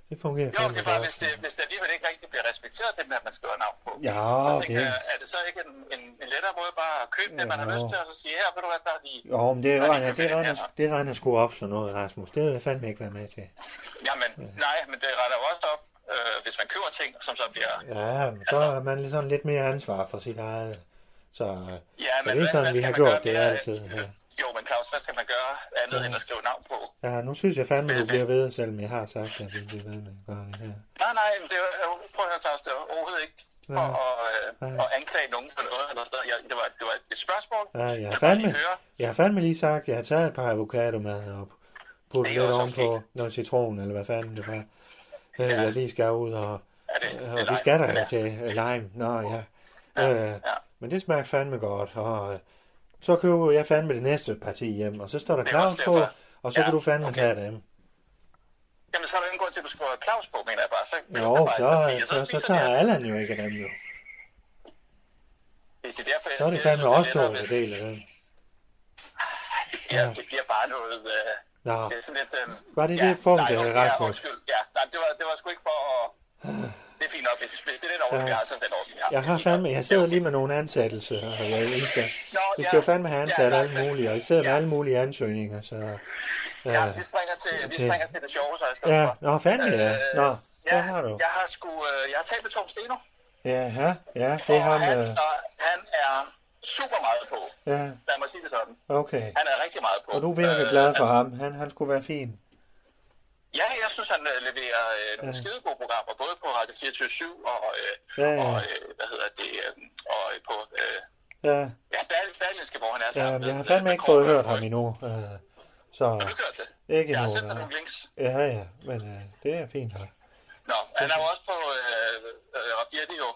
[SPEAKER 3] det fungerer
[SPEAKER 5] Jo,
[SPEAKER 3] fandme
[SPEAKER 5] det er bare,
[SPEAKER 3] godt.
[SPEAKER 5] hvis det, hvis det alligevel ikke rigtig bliver respekteret, det med, at man skriver navn på.
[SPEAKER 3] Ja,
[SPEAKER 5] Så tænker
[SPEAKER 3] det-
[SPEAKER 5] jeg, er det så ikke en, en, en lettere måde bare at købe det, man har
[SPEAKER 3] Jo.
[SPEAKER 5] lyst til, og så sige, her, ved du hvad, der er de...
[SPEAKER 3] Jo, men det
[SPEAKER 5] Ja, det
[SPEAKER 3] regner,
[SPEAKER 5] kan vi
[SPEAKER 3] det
[SPEAKER 5] da
[SPEAKER 3] regner,
[SPEAKER 5] gøre.
[SPEAKER 3] det regner sgu op sådan noget, Rasmus. Det vil jeg fandme ikke være med til.
[SPEAKER 5] Jamen, nej, men det retter jo også op, øh, hvis man køber ting, som så bliver...
[SPEAKER 3] Ja, men så er man ligesom lidt mere ansvar for sit eget. Så,
[SPEAKER 5] Ja,
[SPEAKER 3] så
[SPEAKER 5] men
[SPEAKER 3] det er ikke
[SPEAKER 5] hvad-
[SPEAKER 3] sådan,
[SPEAKER 5] hvad
[SPEAKER 3] vi
[SPEAKER 5] skal
[SPEAKER 3] har
[SPEAKER 5] man
[SPEAKER 3] gjort
[SPEAKER 5] gøre
[SPEAKER 3] det
[SPEAKER 5] mere?
[SPEAKER 3] altid. Ja.
[SPEAKER 5] Jo, men Claus, hvad skal man gøre andet end at skrive navn på?
[SPEAKER 3] ja, nu synes jeg fandme, du
[SPEAKER 5] Men-
[SPEAKER 3] bliver ved, selvom jeg har sagt, at vi bliver ved med at gøre det her.
[SPEAKER 5] Nej, nej, men det er, jo- prøv at høre, Claus, det var overhovedet ikke for
[SPEAKER 3] Nej.
[SPEAKER 5] at, øh,
[SPEAKER 3] Nej.
[SPEAKER 5] at anklage nogen for noget eller sådan noget. Jeg- Det var, det var et spørgsmål.
[SPEAKER 3] Ja, jeg har
[SPEAKER 5] vil bare lige
[SPEAKER 3] fandme,
[SPEAKER 5] høre.
[SPEAKER 3] jeg har fandme lige sagt, at jeg har taget et par avocado med op. Puttet
[SPEAKER 5] Det er
[SPEAKER 3] lidt
[SPEAKER 5] også
[SPEAKER 3] ovenpå
[SPEAKER 5] okay.
[SPEAKER 3] noget citron, eller hvad fanden det var. Ja. Jeg lige skal ud, og,
[SPEAKER 5] Er
[SPEAKER 3] og
[SPEAKER 5] det, det er
[SPEAKER 3] vi
[SPEAKER 5] lime?
[SPEAKER 3] skal der
[SPEAKER 5] Øh, Ja.
[SPEAKER 3] ja. til øh, lime. Nå, ja. ja. Øh,
[SPEAKER 5] ja.
[SPEAKER 3] Men det smager fandme godt, og øh, så køber jeg fandme det næste parti hjem, og så står der
[SPEAKER 5] Det er også
[SPEAKER 3] Claus på,
[SPEAKER 5] derfor.
[SPEAKER 3] og så
[SPEAKER 5] Ja,
[SPEAKER 3] kan du fandme
[SPEAKER 5] okay.
[SPEAKER 3] tage dem.
[SPEAKER 5] Jamen, så er der ingen grund til, at du skriver Claus på, mener jeg bare. Så,
[SPEAKER 3] Jo,
[SPEAKER 5] køber jeg
[SPEAKER 3] så,
[SPEAKER 5] bare et parti,
[SPEAKER 3] øh,
[SPEAKER 5] og
[SPEAKER 3] så, så
[SPEAKER 5] spiser
[SPEAKER 3] tager
[SPEAKER 5] de af
[SPEAKER 3] Allan jo ikke af dem jo.
[SPEAKER 5] det. Hvis det er derfor, jeg
[SPEAKER 3] Så er det
[SPEAKER 5] siger,
[SPEAKER 3] fandme
[SPEAKER 5] at
[SPEAKER 3] også to,
[SPEAKER 5] lettere,
[SPEAKER 3] der
[SPEAKER 5] hvis-
[SPEAKER 3] deler dem.
[SPEAKER 5] Ja,
[SPEAKER 3] Ja.
[SPEAKER 5] det bliver bare noget... Øh,
[SPEAKER 3] Nå,
[SPEAKER 5] det er sådan lidt... Øh,
[SPEAKER 3] Var det det punkt,
[SPEAKER 5] nej,
[SPEAKER 3] øh,
[SPEAKER 5] undskyld,
[SPEAKER 3] Rasmus?
[SPEAKER 5] Ja, undskyld. Ja, nej, det var, det var sgu ikke for at... Det er fint nok, hvis, hvis det er den ordning,
[SPEAKER 3] Ja.
[SPEAKER 5] vi har, så er det den ordning, vi har.
[SPEAKER 3] jeg har
[SPEAKER 5] Det er fint nok.
[SPEAKER 3] fandme, jeg sidder lige med nogle ansættelser, og jeg elsker.
[SPEAKER 5] Nå,
[SPEAKER 3] Vi
[SPEAKER 5] ja.
[SPEAKER 3] skal jo fandme have ansat
[SPEAKER 5] Ja,
[SPEAKER 3] alle
[SPEAKER 5] nej,
[SPEAKER 3] mulige, og I sidder med
[SPEAKER 5] ja.
[SPEAKER 3] alle mulige ansøgninger, så... øh,
[SPEAKER 5] Ja,
[SPEAKER 3] Ja,
[SPEAKER 5] vi springer til, vi
[SPEAKER 3] til-
[SPEAKER 5] springer til det sjove, så i stedet
[SPEAKER 3] ja.
[SPEAKER 5] for.
[SPEAKER 3] nå fandme ja. Nå,
[SPEAKER 5] Øh, ja,
[SPEAKER 3] hvad har du?
[SPEAKER 5] Jeg har sgu, øh, jeg har talt med Tom Steno,
[SPEAKER 3] Ja, ja, ja, det er
[SPEAKER 5] og
[SPEAKER 3] ham,
[SPEAKER 5] han,
[SPEAKER 3] øh,
[SPEAKER 5] og han er super meget på.
[SPEAKER 3] ja,
[SPEAKER 5] Lad mig sige det sådan.
[SPEAKER 3] okay.
[SPEAKER 5] Han er rigtig meget på.
[SPEAKER 3] Og du er virkelig
[SPEAKER 5] Øh,
[SPEAKER 3] glad for ham, han, han skulle være fin.
[SPEAKER 5] Ja, jeg synes, han øh, leverer øh, nogle skide gode programmer, både på Radio 24 og, øh,
[SPEAKER 3] Ja, ja.
[SPEAKER 5] og øh, hvad hedder det, øh, og på øh,
[SPEAKER 3] Ja,
[SPEAKER 5] ja, Berl- Berlinske, hvor han er sammen
[SPEAKER 3] ja, men jeg har
[SPEAKER 5] med-
[SPEAKER 3] fandme
[SPEAKER 5] med
[SPEAKER 3] ikke fået
[SPEAKER 5] Kåre
[SPEAKER 3] hørt ham
[SPEAKER 5] Høj.
[SPEAKER 3] endnu, øh,
[SPEAKER 5] Har du
[SPEAKER 3] så...
[SPEAKER 5] ikke hørt det?
[SPEAKER 3] Ikke
[SPEAKER 5] Jeg har
[SPEAKER 3] endnu,
[SPEAKER 5] sendt dig
[SPEAKER 3] nej.
[SPEAKER 5] nogle links.
[SPEAKER 3] Ja, ja, men øh, det er fint nok.
[SPEAKER 5] Nå, han er jo også på øh, øh, Rabirdi jo.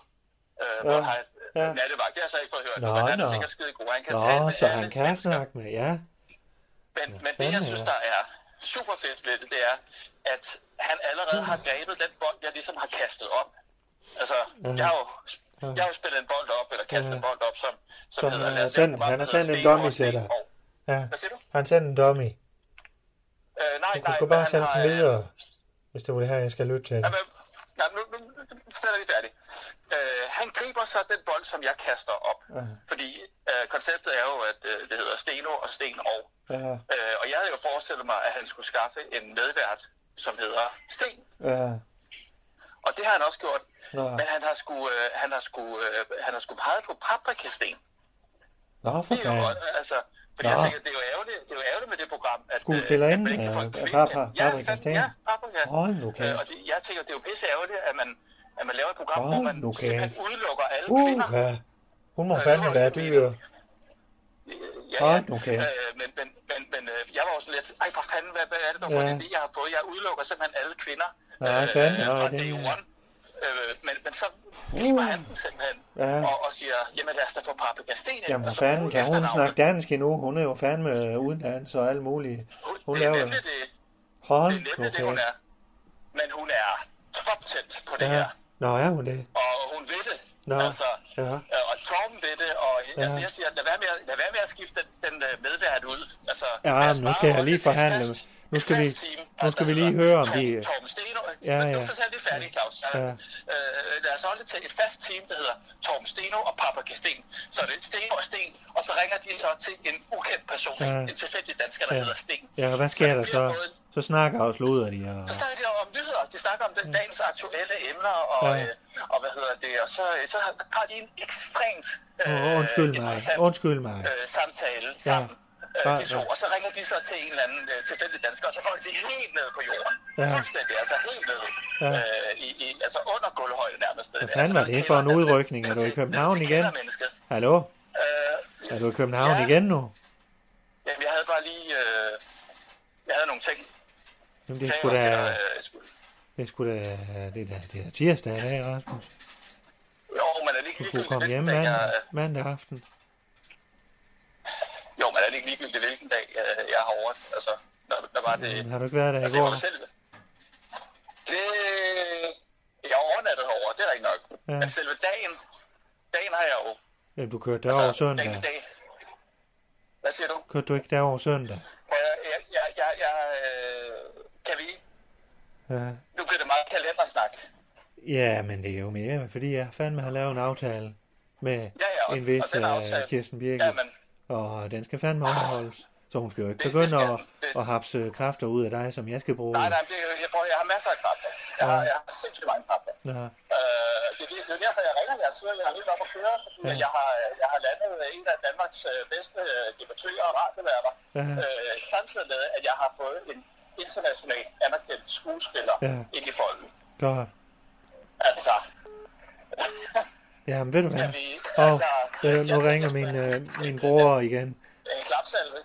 [SPEAKER 5] Øh, hvor han har
[SPEAKER 3] ja.
[SPEAKER 5] ja. nattevagt. Det har jeg så ikke fået hørt.
[SPEAKER 3] Nå,
[SPEAKER 5] men han er
[SPEAKER 3] nå.
[SPEAKER 5] sikkert skide god. Han kan tale
[SPEAKER 3] Nå,
[SPEAKER 5] med
[SPEAKER 3] så
[SPEAKER 5] alle
[SPEAKER 3] han kan
[SPEAKER 5] mennesker.
[SPEAKER 3] snakke med, ja.
[SPEAKER 5] Men, men det,
[SPEAKER 3] fanden
[SPEAKER 5] jeg
[SPEAKER 3] er
[SPEAKER 5] synes,
[SPEAKER 3] det?
[SPEAKER 5] der er super fedt ved det, det er, at han allerede har grebet den bold, jeg ligesom har kastet op. Altså, jeg har jo, jeg har jo spillet en bold op, eller kastet
[SPEAKER 3] Ja.
[SPEAKER 5] en bold op, som, som
[SPEAKER 3] Så
[SPEAKER 5] hedder...
[SPEAKER 3] han
[SPEAKER 5] lad
[SPEAKER 3] har
[SPEAKER 5] os lave et
[SPEAKER 3] sendt,
[SPEAKER 5] program,
[SPEAKER 3] han har
[SPEAKER 5] der hedder
[SPEAKER 3] sendt en
[SPEAKER 5] Sten over
[SPEAKER 3] dummy til
[SPEAKER 5] Sten
[SPEAKER 3] dig.
[SPEAKER 5] over.
[SPEAKER 3] Ja,
[SPEAKER 5] Hvad siger du?
[SPEAKER 3] han sendte en dummy.
[SPEAKER 5] Øh, nej,
[SPEAKER 3] Du
[SPEAKER 5] nej,
[SPEAKER 3] kunne sgu
[SPEAKER 5] men
[SPEAKER 3] bare
[SPEAKER 5] han
[SPEAKER 3] sende
[SPEAKER 5] har,
[SPEAKER 3] den
[SPEAKER 5] øh,
[SPEAKER 3] videre, hvis det var det her, jeg skal lytte til.
[SPEAKER 5] Jamen, nej, nu, nu, nu stiller vi færdigt. Øh, han griber så den bold, som jeg kaster op.
[SPEAKER 3] Ja.
[SPEAKER 5] Fordi øh, konceptet er jo, at øh, det hedder Steno og Sten og.
[SPEAKER 3] Ja,
[SPEAKER 5] Øh, og jeg havde jo forestillet mig, at han skulle skaffe en medvært, som hedder Sten.
[SPEAKER 3] ja,
[SPEAKER 5] Og det har han også gjort.
[SPEAKER 3] Nå.
[SPEAKER 5] Men han har sgu, øh, han har sgu, øh, han har sgu peget på paprikasten.
[SPEAKER 3] Nå, for
[SPEAKER 5] Det er jo
[SPEAKER 3] fanden.
[SPEAKER 5] godt, altså. Fordi
[SPEAKER 3] Nå.
[SPEAKER 5] jeg tænker, det er jo ærgerligt, det er jo ærgerligt med det program. At, øh,
[SPEAKER 3] Skuespillerinde,
[SPEAKER 5] at man ikke kan få
[SPEAKER 3] øh,
[SPEAKER 5] en kvinde-
[SPEAKER 3] Barbara-
[SPEAKER 5] ja,
[SPEAKER 3] Barbara
[SPEAKER 5] fandme,
[SPEAKER 3] Castan.
[SPEAKER 5] Ja, Barbara, ja.
[SPEAKER 3] Hold nu kæft.
[SPEAKER 5] Øh, og det, jeg tænker, det er jo pisse ærgerligt, at man, at man laver et program,
[SPEAKER 3] Hold
[SPEAKER 5] hvor man
[SPEAKER 3] nu kæft.
[SPEAKER 5] simpelthen udelukker alle kvinder.
[SPEAKER 3] Uh,
[SPEAKER 5] Øh,
[SPEAKER 3] ja. Hun må fandme være dyr.
[SPEAKER 5] Ja,
[SPEAKER 3] Hold nu kæft.
[SPEAKER 5] Øh, men, men, men, men øh, jeg var også lidt, ej for fanden, hvad, hvad er det dog for
[SPEAKER 3] Ja.
[SPEAKER 5] en idé, jeg har fået? Jeg udelukker simpelthen alle kvinder. Øh,
[SPEAKER 3] Nej, fandme, nej,
[SPEAKER 5] fra
[SPEAKER 3] det- Uh.
[SPEAKER 5] day one. Øh, men, men så griber han den simpelthen
[SPEAKER 3] Ja.
[SPEAKER 5] og, og siger, jamen lad os da få Paprika Sten ind.
[SPEAKER 3] Jamen
[SPEAKER 5] og
[SPEAKER 3] for
[SPEAKER 5] så
[SPEAKER 3] fanden,
[SPEAKER 5] bruge
[SPEAKER 3] kan hun
[SPEAKER 5] efternavnet.
[SPEAKER 3] snakke dansk endnu? Hun er jo fandme udenlands og alt muligt. Hun
[SPEAKER 5] det er
[SPEAKER 3] laver jo...
[SPEAKER 5] nemlig det, det,
[SPEAKER 3] Hold
[SPEAKER 5] er
[SPEAKER 3] nu
[SPEAKER 5] nemlig det hun
[SPEAKER 3] kæft.
[SPEAKER 5] er. Men hun er toptæt på det
[SPEAKER 3] Ja.
[SPEAKER 5] her.
[SPEAKER 3] Nå, er hun det?
[SPEAKER 5] og hun ved det.
[SPEAKER 3] Nå,
[SPEAKER 5] Altså,
[SPEAKER 3] ja.
[SPEAKER 5] øh, og Torben ved det, og ja. altså,
[SPEAKER 3] Ja.
[SPEAKER 5] jeg siger, lad være med, at- lad være med at skifte den, den øh, medvært ud. Altså,
[SPEAKER 3] Ja,
[SPEAKER 5] lad os
[SPEAKER 3] men nu
[SPEAKER 5] bare
[SPEAKER 3] skal jeg
[SPEAKER 5] holde
[SPEAKER 3] lige
[SPEAKER 5] det til et
[SPEAKER 3] forhandle.
[SPEAKER 5] fast-
[SPEAKER 3] Nu skal
[SPEAKER 5] et
[SPEAKER 3] vi-
[SPEAKER 5] fast team.
[SPEAKER 3] nu skal vi
[SPEAKER 5] Altså,
[SPEAKER 3] lige høre, om
[SPEAKER 5] Torben-
[SPEAKER 3] de-
[SPEAKER 5] Torben Steno,
[SPEAKER 3] Ja,
[SPEAKER 5] ja, men nu
[SPEAKER 3] ja.
[SPEAKER 5] så er det færdigt, Claus. Ja.
[SPEAKER 3] Ja.
[SPEAKER 5] Øh, lad os holde det til et fast team, der hedder Torben Steno og Paprika Sten. Så er det Steno og Sten, og så ringer de så til en ukendt person,
[SPEAKER 3] Ja.
[SPEAKER 5] ja. en tilfældig dansker, der
[SPEAKER 3] Ja.
[SPEAKER 5] ja. hedder Sten.
[SPEAKER 3] Ja, og hvad sker
[SPEAKER 5] det
[SPEAKER 3] der
[SPEAKER 5] bliver
[SPEAKER 3] så?
[SPEAKER 5] både-
[SPEAKER 3] Så snakker og sluder de, og...
[SPEAKER 5] så snakker de om nyheder. De snakker om den dagens aktuelle emner, og,
[SPEAKER 3] Mm. Ja.
[SPEAKER 5] ja. øh, og hvad hedder det, og så, øh, så har de en ekstremt øh,
[SPEAKER 3] Åh, undskyld mig,
[SPEAKER 5] interessant,
[SPEAKER 3] undskyld mig.
[SPEAKER 5] Øh, samtale sammen.
[SPEAKER 3] Ja.
[SPEAKER 5] Ja. De to,
[SPEAKER 3] Ja.
[SPEAKER 5] og så ringer de så til en eller anden øh, tilfældig dansker, og så får de helt ned på jorden.
[SPEAKER 3] Ja.
[SPEAKER 5] Ja. Fuldstændig, altså helt ned.
[SPEAKER 3] Ja.
[SPEAKER 5] Ja. Øh, i, i, altså under gulvhøjde nærmest. altså
[SPEAKER 3] Hvad fanden var det for en udrykning? Er du i København igen? Hallo? Er du i København
[SPEAKER 5] Ja.
[SPEAKER 3] igen nu?
[SPEAKER 5] Øh, Jamen, jeg havde bare lige... Øh, jeg havde nogle ting.
[SPEAKER 3] Jamen, det er
[SPEAKER 5] Sagde
[SPEAKER 3] sgu
[SPEAKER 5] også til
[SPEAKER 3] da...
[SPEAKER 5] dig, øh, skulle-
[SPEAKER 3] Det er sgu da... Det er da, det er da tirsdag i dag, Rasmus.
[SPEAKER 5] Jo, men er det
[SPEAKER 3] Du kunne
[SPEAKER 5] ikke ligegyldigt,
[SPEAKER 3] komme hjem
[SPEAKER 5] hvilken dag
[SPEAKER 3] mandag,
[SPEAKER 5] jeg- øh,
[SPEAKER 3] mandag aften.
[SPEAKER 5] Jo, men er det ikke ligegyldigt, hvilken dag øh, jeg har over? Altså, når, når var det...
[SPEAKER 3] Men har du ikke været der i
[SPEAKER 5] altså, jeg
[SPEAKER 3] går?
[SPEAKER 5] var selv... Det... Jeg overnattede herover, det er rigtigt nok.
[SPEAKER 3] Ja.
[SPEAKER 5] Ja. Men selve dagen, dagen har jeg jo...
[SPEAKER 3] Jamen, du kørte derover søndag.
[SPEAKER 5] Altså, dagen, dag. Hvad siger du?
[SPEAKER 3] Kørte du ikke derover søndag?
[SPEAKER 5] Prøv, at- jeg, jeg, jeg, jeg, øh, kan vi...
[SPEAKER 3] Ja.
[SPEAKER 5] Nu bliver det meget kalendersnak.
[SPEAKER 3] Ja, men det er jo mere, fordi jeg fandme har lavet en aftale med
[SPEAKER 5] Ja, ja, og-
[SPEAKER 3] en vis
[SPEAKER 5] og den
[SPEAKER 3] øh,
[SPEAKER 5] aftale-
[SPEAKER 3] Kirsten Birke,
[SPEAKER 5] Jamen,
[SPEAKER 3] og den skal fandme overholdes. Så hun skal jo ikke
[SPEAKER 5] Det- det
[SPEAKER 3] begynde
[SPEAKER 5] skal
[SPEAKER 3] at,
[SPEAKER 5] den. Det-
[SPEAKER 3] at hapse kræfter ud af dig, som jeg skal bruge.
[SPEAKER 5] nej, nej, det, jeg, prøver, jeg har masser af kræfter. Jeg, har, jeg har sindssygt mange kræfter.
[SPEAKER 3] Nå,
[SPEAKER 5] Øh, det, er- det er derfor, jeg ringer jer, så jeg er helt op at køre,
[SPEAKER 3] Ja.
[SPEAKER 5] fordi ja. jeg, har, øh, jeg har landet en af Danmarks øh, bedste øh, debattører og radioværter,
[SPEAKER 3] Ja.
[SPEAKER 5] ja. øh, samtidig med, at jeg har fået en internationalt anerkendt skuespiller
[SPEAKER 3] Ja.
[SPEAKER 5] ja. ind i folden.
[SPEAKER 3] godt.
[SPEAKER 5] Altså,
[SPEAKER 3] Jamen, ved du hvad?
[SPEAKER 5] Skal vi-
[SPEAKER 3] Åh,
[SPEAKER 5] altså,
[SPEAKER 3] øh, nu
[SPEAKER 5] jeg-
[SPEAKER 3] ringer
[SPEAKER 5] jeg-
[SPEAKER 3] min, øh, min bror igen.
[SPEAKER 5] en klapsalve.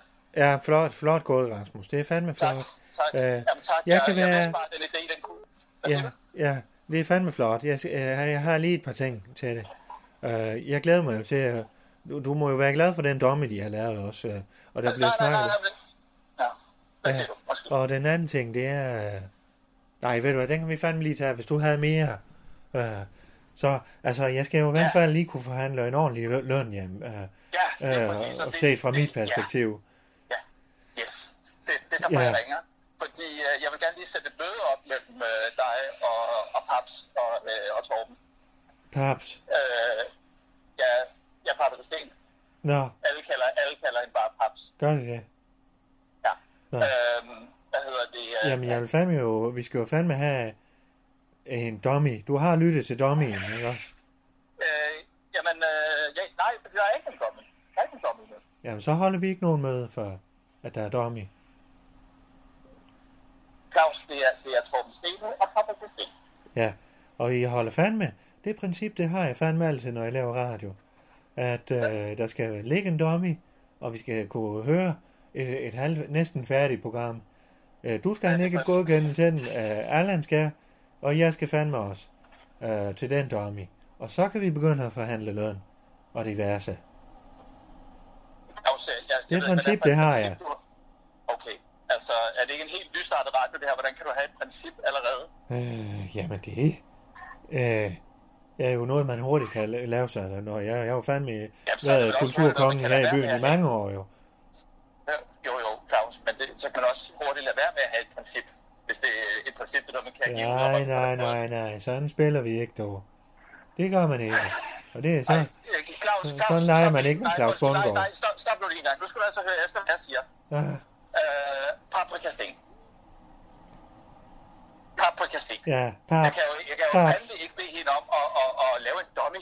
[SPEAKER 3] Ja, flot, flot gået, Rasmus. Det er fandme
[SPEAKER 5] Tak,
[SPEAKER 3] flot.
[SPEAKER 5] tak.
[SPEAKER 3] Øh,
[SPEAKER 5] Jamen, tak.
[SPEAKER 3] jeg kan
[SPEAKER 5] jeg,
[SPEAKER 3] være-
[SPEAKER 5] jeg vidste bare, at den idé, den kunne. Hvad siger
[SPEAKER 3] Ja,
[SPEAKER 5] du?
[SPEAKER 3] ja, det er fandme flot. Jeg, øh, jeg har lige et par ting til det. Øh, jeg glæder mig jo til, at du, du må jo være glad for den domme, de har lavet også, øh, og der bliver
[SPEAKER 5] nej, nej,
[SPEAKER 3] snakket.
[SPEAKER 5] nej, nej. Ja. Hvad siger du? Undskyld.
[SPEAKER 3] Og den anden ting, det er... øh, Nej, ved du hvad, den kan vi fandme lige tage, hvis du havde mere. Øh, så, altså, jeg skal jo i hvert fald lige kunne forhandle en ordentlig lø- løn hjem, øh,
[SPEAKER 5] Ja, det er præcis.
[SPEAKER 3] øh,
[SPEAKER 5] og
[SPEAKER 3] og
[SPEAKER 5] det-
[SPEAKER 3] set fra
[SPEAKER 5] det-
[SPEAKER 3] mit
[SPEAKER 5] ja.
[SPEAKER 3] perspektiv.
[SPEAKER 5] Ja, yes. Det, det er
[SPEAKER 3] Ja.
[SPEAKER 5] derfor, ja. jeg ringer. Fordi øh, jeg vil gerne lige sætte et møde op mellem øh, dig og, og Paps og, øh, og Torben.
[SPEAKER 3] Paps.
[SPEAKER 5] Øh, ja, jeg er Paps Sten.
[SPEAKER 3] Nå,
[SPEAKER 5] Alle kalder, alle kalder hende bare Paps.
[SPEAKER 3] gør det det?
[SPEAKER 5] Ja.
[SPEAKER 3] Nå.
[SPEAKER 5] Øhm, hvad hedder det? Øh,
[SPEAKER 3] Jamen, jeg vil fandme jo, vi skal jo fandme have en dummy. Du har lyttet til dummyen, ikke også?
[SPEAKER 5] øh, jamen, øh, ja, nej, fordi der er ikke en dommer. Der er ikke en dommer endnu.
[SPEAKER 3] Jamen, så holder vi ikke nogen møde for, at der er dummy.
[SPEAKER 5] Claus, det er, det er Torben Steno og Paps Sten.
[SPEAKER 3] Ja, og jeg holder fandme. Det princip, det har jeg fandme altid, når jeg laver radio. At øh, der skal ligge en dummy, og vi skal kunne høre øh, et, et halv, næsten færdigt program. Øh, du skal have ikke godkende til den, øh, Allan skal, og jeg skal fandme også øh, til den dummy. Og så kan vi begynde at forhandle løn og diverse.
[SPEAKER 5] Claus, jeg, jeg,
[SPEAKER 3] Det er et
[SPEAKER 5] jeg ved ikke,
[SPEAKER 3] princip,
[SPEAKER 5] hvordan-
[SPEAKER 3] det har
[SPEAKER 5] princip
[SPEAKER 3] jeg.
[SPEAKER 5] du har. Okay, altså er det ikke en helt nystartet radio det her? Hvordan kan du have et princip allerede?
[SPEAKER 3] Øh, jamen det øh, er jo noget, man hurtigt kan la- lave sig. Når jeg, jeg har jo fandme
[SPEAKER 5] så er
[SPEAKER 3] været
[SPEAKER 5] det vel også
[SPEAKER 3] kulturkongen
[SPEAKER 5] noget, man
[SPEAKER 3] her i
[SPEAKER 5] kan lade
[SPEAKER 3] byen
[SPEAKER 5] være
[SPEAKER 3] i
[SPEAKER 5] med at-
[SPEAKER 3] mange år jo.
[SPEAKER 5] Øh, Jo, jo, Claus, men det, så kan man også hurtigt lade være med at have et princip, hvis det er et princip, det er noget, man kan give ud
[SPEAKER 3] Nej,
[SPEAKER 5] om.
[SPEAKER 3] nej, nej, nej. Sådan spiller vi ikke, dog. Det gør man ikke. Og det er
[SPEAKER 5] Nej,
[SPEAKER 3] så...
[SPEAKER 5] øh, Claus,
[SPEAKER 3] Så-
[SPEAKER 5] Claus,
[SPEAKER 3] sådan leger
[SPEAKER 5] stop
[SPEAKER 3] man
[SPEAKER 5] lige.
[SPEAKER 3] ikke med
[SPEAKER 5] Nej,
[SPEAKER 3] Claus
[SPEAKER 5] undskyld,
[SPEAKER 3] Bundgaard.
[SPEAKER 5] Nej, nej, stop, stop nu lige en gang. Nu skal du altså høre efter, hvad jeg siger.
[SPEAKER 3] Ah,
[SPEAKER 5] Øh, paprikasten. Paprikasten.
[SPEAKER 3] ja,
[SPEAKER 5] Jeg
[SPEAKER 3] pap,
[SPEAKER 5] kan jo, jeg kan jo
[SPEAKER 3] pap.
[SPEAKER 5] fandme ikke bede hende om at, at, at, lave en dummy.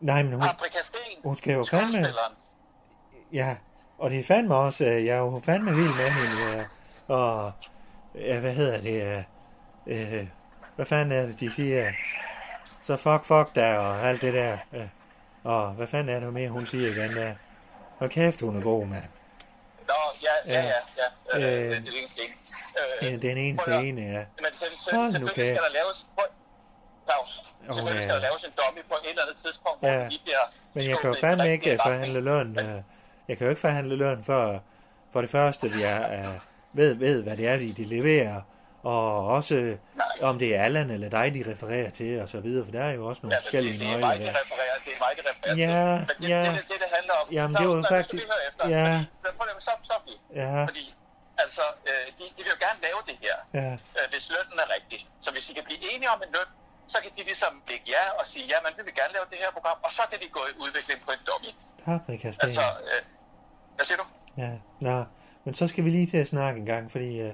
[SPEAKER 3] Nej, men hun,
[SPEAKER 5] Paprika Sten.
[SPEAKER 3] Hun skal jo fandme-
[SPEAKER 5] skuespilleren.
[SPEAKER 3] ja, og det er fandme også, øh, jeg er jo fandme vild med hende, øh, og ja, hvad hedder det, øh, øh, hvad fanden er det, de siger, så fuck, fuck der, og alt det der, øh, og hvad fanden er det mere, hun siger igen der, og kæft, hun er god, mand.
[SPEAKER 5] Nå, ja, ja,
[SPEAKER 3] Ja.
[SPEAKER 5] ja. ja. Øh,
[SPEAKER 3] Øh,
[SPEAKER 5] øh, det er den eneste ene. Øh,
[SPEAKER 3] Det er den eneste
[SPEAKER 5] prøv at-
[SPEAKER 3] ene, ja.
[SPEAKER 5] Men selv, selv,
[SPEAKER 3] Hold nu
[SPEAKER 5] selvfølgelig skal
[SPEAKER 3] kæft.
[SPEAKER 5] der laves... Prøv, Claus, selvfølgelig
[SPEAKER 3] ja.
[SPEAKER 5] skal der laves en dummy på et eller andet tidspunkt, hvor
[SPEAKER 3] Ja.
[SPEAKER 5] vi lige bliver...
[SPEAKER 3] Men jeg kan jo
[SPEAKER 5] skubbet i den
[SPEAKER 3] fandme
[SPEAKER 5] rigtige
[SPEAKER 3] ikke
[SPEAKER 5] retning.
[SPEAKER 3] forhandle løn. øh, Jeg kan jo ikke forhandle løn for, for det første, at jeg øh, ved, ved, hvad det er, de, de leverer. Og også øh, om det er Allan eller dig, de refererer til og så videre, for der er jo også nogle
[SPEAKER 5] Ja,
[SPEAKER 3] ja,
[SPEAKER 5] men
[SPEAKER 3] forskellige
[SPEAKER 5] det, det er
[SPEAKER 3] nøgler
[SPEAKER 5] mig, der
[SPEAKER 3] der.
[SPEAKER 5] refererer. Det er mig, der refererer.
[SPEAKER 3] Ja,
[SPEAKER 5] til. Men det,
[SPEAKER 3] ja.
[SPEAKER 5] Det, det, det, det handler om.
[SPEAKER 3] Jamen,
[SPEAKER 5] Claus,
[SPEAKER 3] det var
[SPEAKER 5] lad os lige
[SPEAKER 3] faktisk-
[SPEAKER 5] høre Efter,
[SPEAKER 3] ja.
[SPEAKER 5] Fordi, prøv lige, stop, stop lige.
[SPEAKER 3] Ja,
[SPEAKER 5] Fordi, altså, øh, de, de vil jo gerne lave det her,
[SPEAKER 3] ja,
[SPEAKER 5] øh, hvis lønnen er rigtig. Så hvis de kan blive enige om en løn, så kan de ligesom lægge ja og sige, ja, men vi vil gerne lave det her program, og så kan de gå i udvikling på en dummy.
[SPEAKER 3] paprikasten.
[SPEAKER 5] Altså, øh, hvad siger du?
[SPEAKER 3] Ja, nå. Men så skal vi lige til at snakke en gang, fordi øh,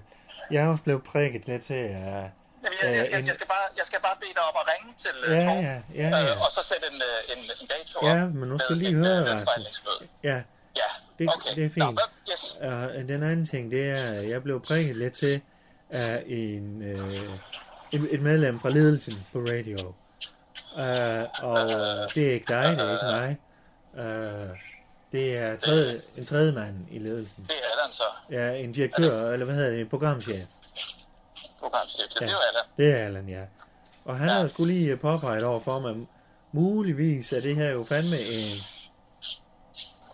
[SPEAKER 3] jeg er også blevet prikket lidt til, øh,
[SPEAKER 5] Jamen, jeg, jeg,
[SPEAKER 3] Øh,
[SPEAKER 5] skal,
[SPEAKER 3] en-
[SPEAKER 5] jeg, skal bare, jeg skal bare bede dig om at ringe til øh,
[SPEAKER 3] Ja,
[SPEAKER 5] Torben,
[SPEAKER 3] ja, ja, ja.
[SPEAKER 5] Øh, og så sætte en, øh, en, en dato
[SPEAKER 3] Ja,
[SPEAKER 5] op
[SPEAKER 3] men nu
[SPEAKER 5] med
[SPEAKER 3] skal jeg lige
[SPEAKER 5] et, øh,
[SPEAKER 3] høre,
[SPEAKER 5] lønforhandlingsmøde.
[SPEAKER 3] ja,
[SPEAKER 5] Ja,
[SPEAKER 3] Det-
[SPEAKER 5] okay.
[SPEAKER 3] det er fint.
[SPEAKER 5] Nå, men, yes.
[SPEAKER 3] Og Øh, den anden ting, det er, at jeg blev prikket lidt til af en, øh, en, et medlem fra ledelsen på radio. Uh, og det er ikke dig, det er ikke mig. Uh, det er tredje, en tredje mand i ledelsen.
[SPEAKER 5] Det er Allan så,
[SPEAKER 3] Ja, en direktør, eller hvad hedder det, en programchef.
[SPEAKER 5] programchef. Det
[SPEAKER 3] Ja.
[SPEAKER 5] bliver Allan.
[SPEAKER 3] Det er Allan, ja. Og han har skulle lige påpeget over for mig, muligvis er det her jo fandme en...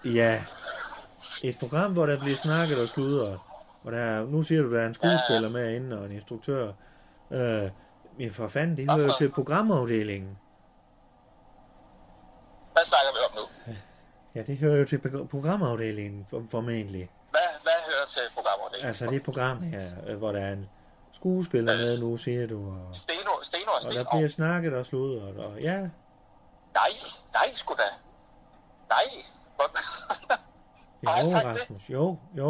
[SPEAKER 3] Ja, et program, hvor der bliver snakket og sludret. Og der, nu siger du, der er en skuespiller med inde og en instruktør. Øh, men for fanden, det hører jo til programafdelingen.
[SPEAKER 5] Hvad snakker vi om nu?
[SPEAKER 3] Ja, det hører jo til pro- programafdelingen, for- formentlig.
[SPEAKER 5] Hvad, hvad hører til programmet?
[SPEAKER 3] Altså det program her, øh, hvor der er en skuespiller med nu, siger du. Og,
[SPEAKER 5] Steno, Steno og
[SPEAKER 3] og
[SPEAKER 5] Steno.
[SPEAKER 3] der bliver snakket og sludret. Og, ja,
[SPEAKER 5] Nej, nej sgu da. Nej. Hvor... Har han
[SPEAKER 3] jo,
[SPEAKER 5] sagt det?
[SPEAKER 3] Rasmus. Jo, jo,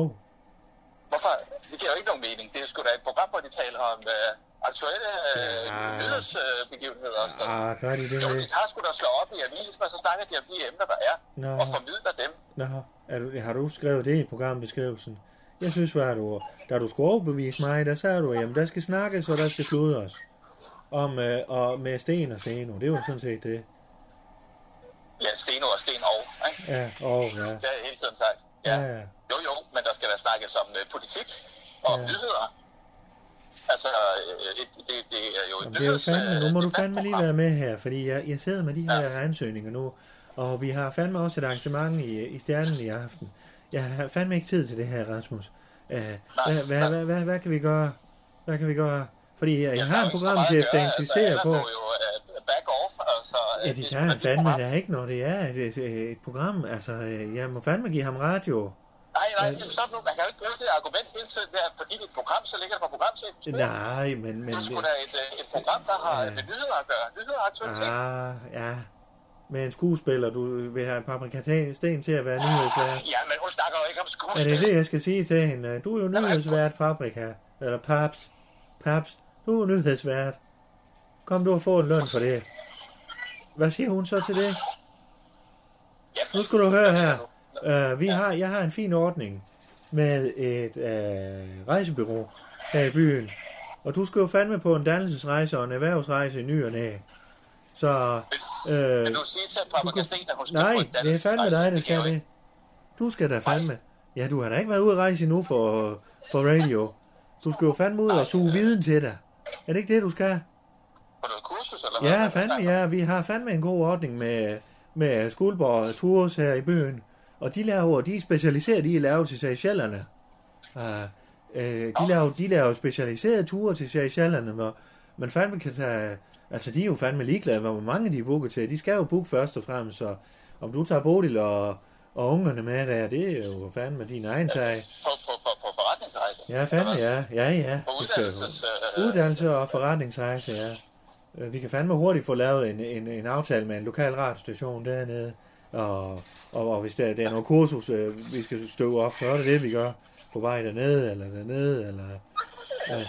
[SPEAKER 5] Hvorfor? Det giver jo ikke nogen mening. Det er sgu da et program, hvor de taler om øh, aktuelle øh,
[SPEAKER 3] Ja.
[SPEAKER 5] nyhedsbegivenheder. og sådan noget.
[SPEAKER 3] Ah, gør de det
[SPEAKER 5] Jo,
[SPEAKER 3] med?
[SPEAKER 5] de tager sgu da slå op i avisen, og så snakker de om de emner, der er,
[SPEAKER 3] Nå.
[SPEAKER 5] og formidler dem.
[SPEAKER 3] Nå, er du, har du skrevet det i programbeskrivelsen? Jeg synes, var du, da du skulle overbevise mig, der sagde du, jamen der skal snakkes, og der skal sludres. Om, øh, og med sten og steno, det var sådan set det.
[SPEAKER 5] Ja, Steno og Sten og, ikke?
[SPEAKER 3] Ja, og ja.
[SPEAKER 5] Det har jeg hele tiden sagt. Ja.
[SPEAKER 3] Ja, ja.
[SPEAKER 5] Jo, jo, men der skal da snakkes om øh, politik og om
[SPEAKER 3] Ja.
[SPEAKER 5] nyheder. Altså, øh, et, det, det er jo et
[SPEAKER 3] Jamen, det er jo fandme, nu må
[SPEAKER 5] øh,
[SPEAKER 3] du fandme lige
[SPEAKER 5] debatprogram.
[SPEAKER 3] være med her, fordi jeg, jeg sidder med de her ansøgninger nu, og vi har fandme også et arrangement i, i Stjernen i aften. Jeg har fandme ikke tid til det her, Rasmus. Øh, hvad, hvad, hvad, hvad, hvad kan vi gøre? Hvad kan vi gøre? Fordi jeg, jeg
[SPEAKER 5] der
[SPEAKER 3] har
[SPEAKER 5] er
[SPEAKER 3] en
[SPEAKER 5] jo ikke så meget at
[SPEAKER 3] programchef, der
[SPEAKER 5] gøre,
[SPEAKER 3] insisterer
[SPEAKER 5] altså,
[SPEAKER 3] på...
[SPEAKER 5] Allan må jo øh, back off, altså...
[SPEAKER 3] Ja,
[SPEAKER 5] øh,
[SPEAKER 3] det
[SPEAKER 5] er
[SPEAKER 3] kan
[SPEAKER 5] sgu da
[SPEAKER 3] han
[SPEAKER 5] dit
[SPEAKER 3] fandme
[SPEAKER 5] program.
[SPEAKER 3] da ikke, når det er et, et, et program. Altså, øh, jeg må fandme give ham radio.
[SPEAKER 5] Nej, nej, det er sådan nu. Man kan jo ikke bruge det argument hele tiden der, fordi det er et program, så ligger det på programchefen.
[SPEAKER 3] Nej, men... men
[SPEAKER 5] Det er sgu da et, øh, et program, der har øh, med nyheder at gøre. Nyheder har aktuelle ting.
[SPEAKER 3] ah, ja. Med en skuespiller, du vil have paprika sten til at være nyhedsvært.
[SPEAKER 5] Ja, men hun snakker jo ikke om
[SPEAKER 3] Er det
[SPEAKER 5] skuespil.
[SPEAKER 3] det, jeg skal sige til hende? Du er jo nyhedsvært, paprika. Eller paps. Paps, du er nyhedsvært. Kom du og få en løn for det. Hvad siger hun så til det? Nu skal du høre her. Uh, vi har, jeg har en fin ordning med et uh, rejsebyrå her i byen. Og du skal jo fandme på en dannelsesrejse og en erhvervsrejse i ny og næ. Så...
[SPEAKER 5] Vil
[SPEAKER 3] Øh,
[SPEAKER 5] du sige til Paprika Sten, at hun skal
[SPEAKER 3] Nej,
[SPEAKER 5] få en
[SPEAKER 3] det er
[SPEAKER 5] dansk
[SPEAKER 3] fandme dig,
[SPEAKER 5] rejse?
[SPEAKER 3] der
[SPEAKER 5] kan
[SPEAKER 3] skal
[SPEAKER 5] jo
[SPEAKER 3] det.
[SPEAKER 5] ikke.
[SPEAKER 3] Du skal da fandme. Ja, du har da ikke været ude at rejse endnu for, for radio. Du skal jo fandme ud og suge viden til dig. Er det ikke det, du skal?
[SPEAKER 5] På noget kursus, eller hvad?
[SPEAKER 3] Ja,
[SPEAKER 5] Hvad
[SPEAKER 3] fandme,
[SPEAKER 5] snakker
[SPEAKER 3] ja. Vi har fandme en god ordning med, med Skuldborg Tours her i byen. Og de laver, de er specialiseret i at lave til Seychellerne. Uh, øh, de, laver, de laver specialiserede ture til Seychellerne, hvor man fandme kan tage... Altså, de er jo fandme ligeglade, med, hvor mange de booker til. De skal jo booke først og fremmest, så om du tager Bodil og, og ungerne med der, det er jo fandme din egen sag.
[SPEAKER 5] om? På, på, på, på forretningsrejse?
[SPEAKER 3] Ja, fandme, ja. Ja, ja.
[SPEAKER 5] På
[SPEAKER 3] Det skal jo-
[SPEAKER 5] uddannelses... øh,
[SPEAKER 3] Uddannelse og forretningsrejse, ja. Øh, Vi kan fandme hurtigt få lavet en, en, en aftale med en lokal radiostation dernede. Og, og, og hvis der, der er noget kursus, øh, vi skal støve op, så er det det, vi gør på vej dernede, eller dernede, eller... Øh,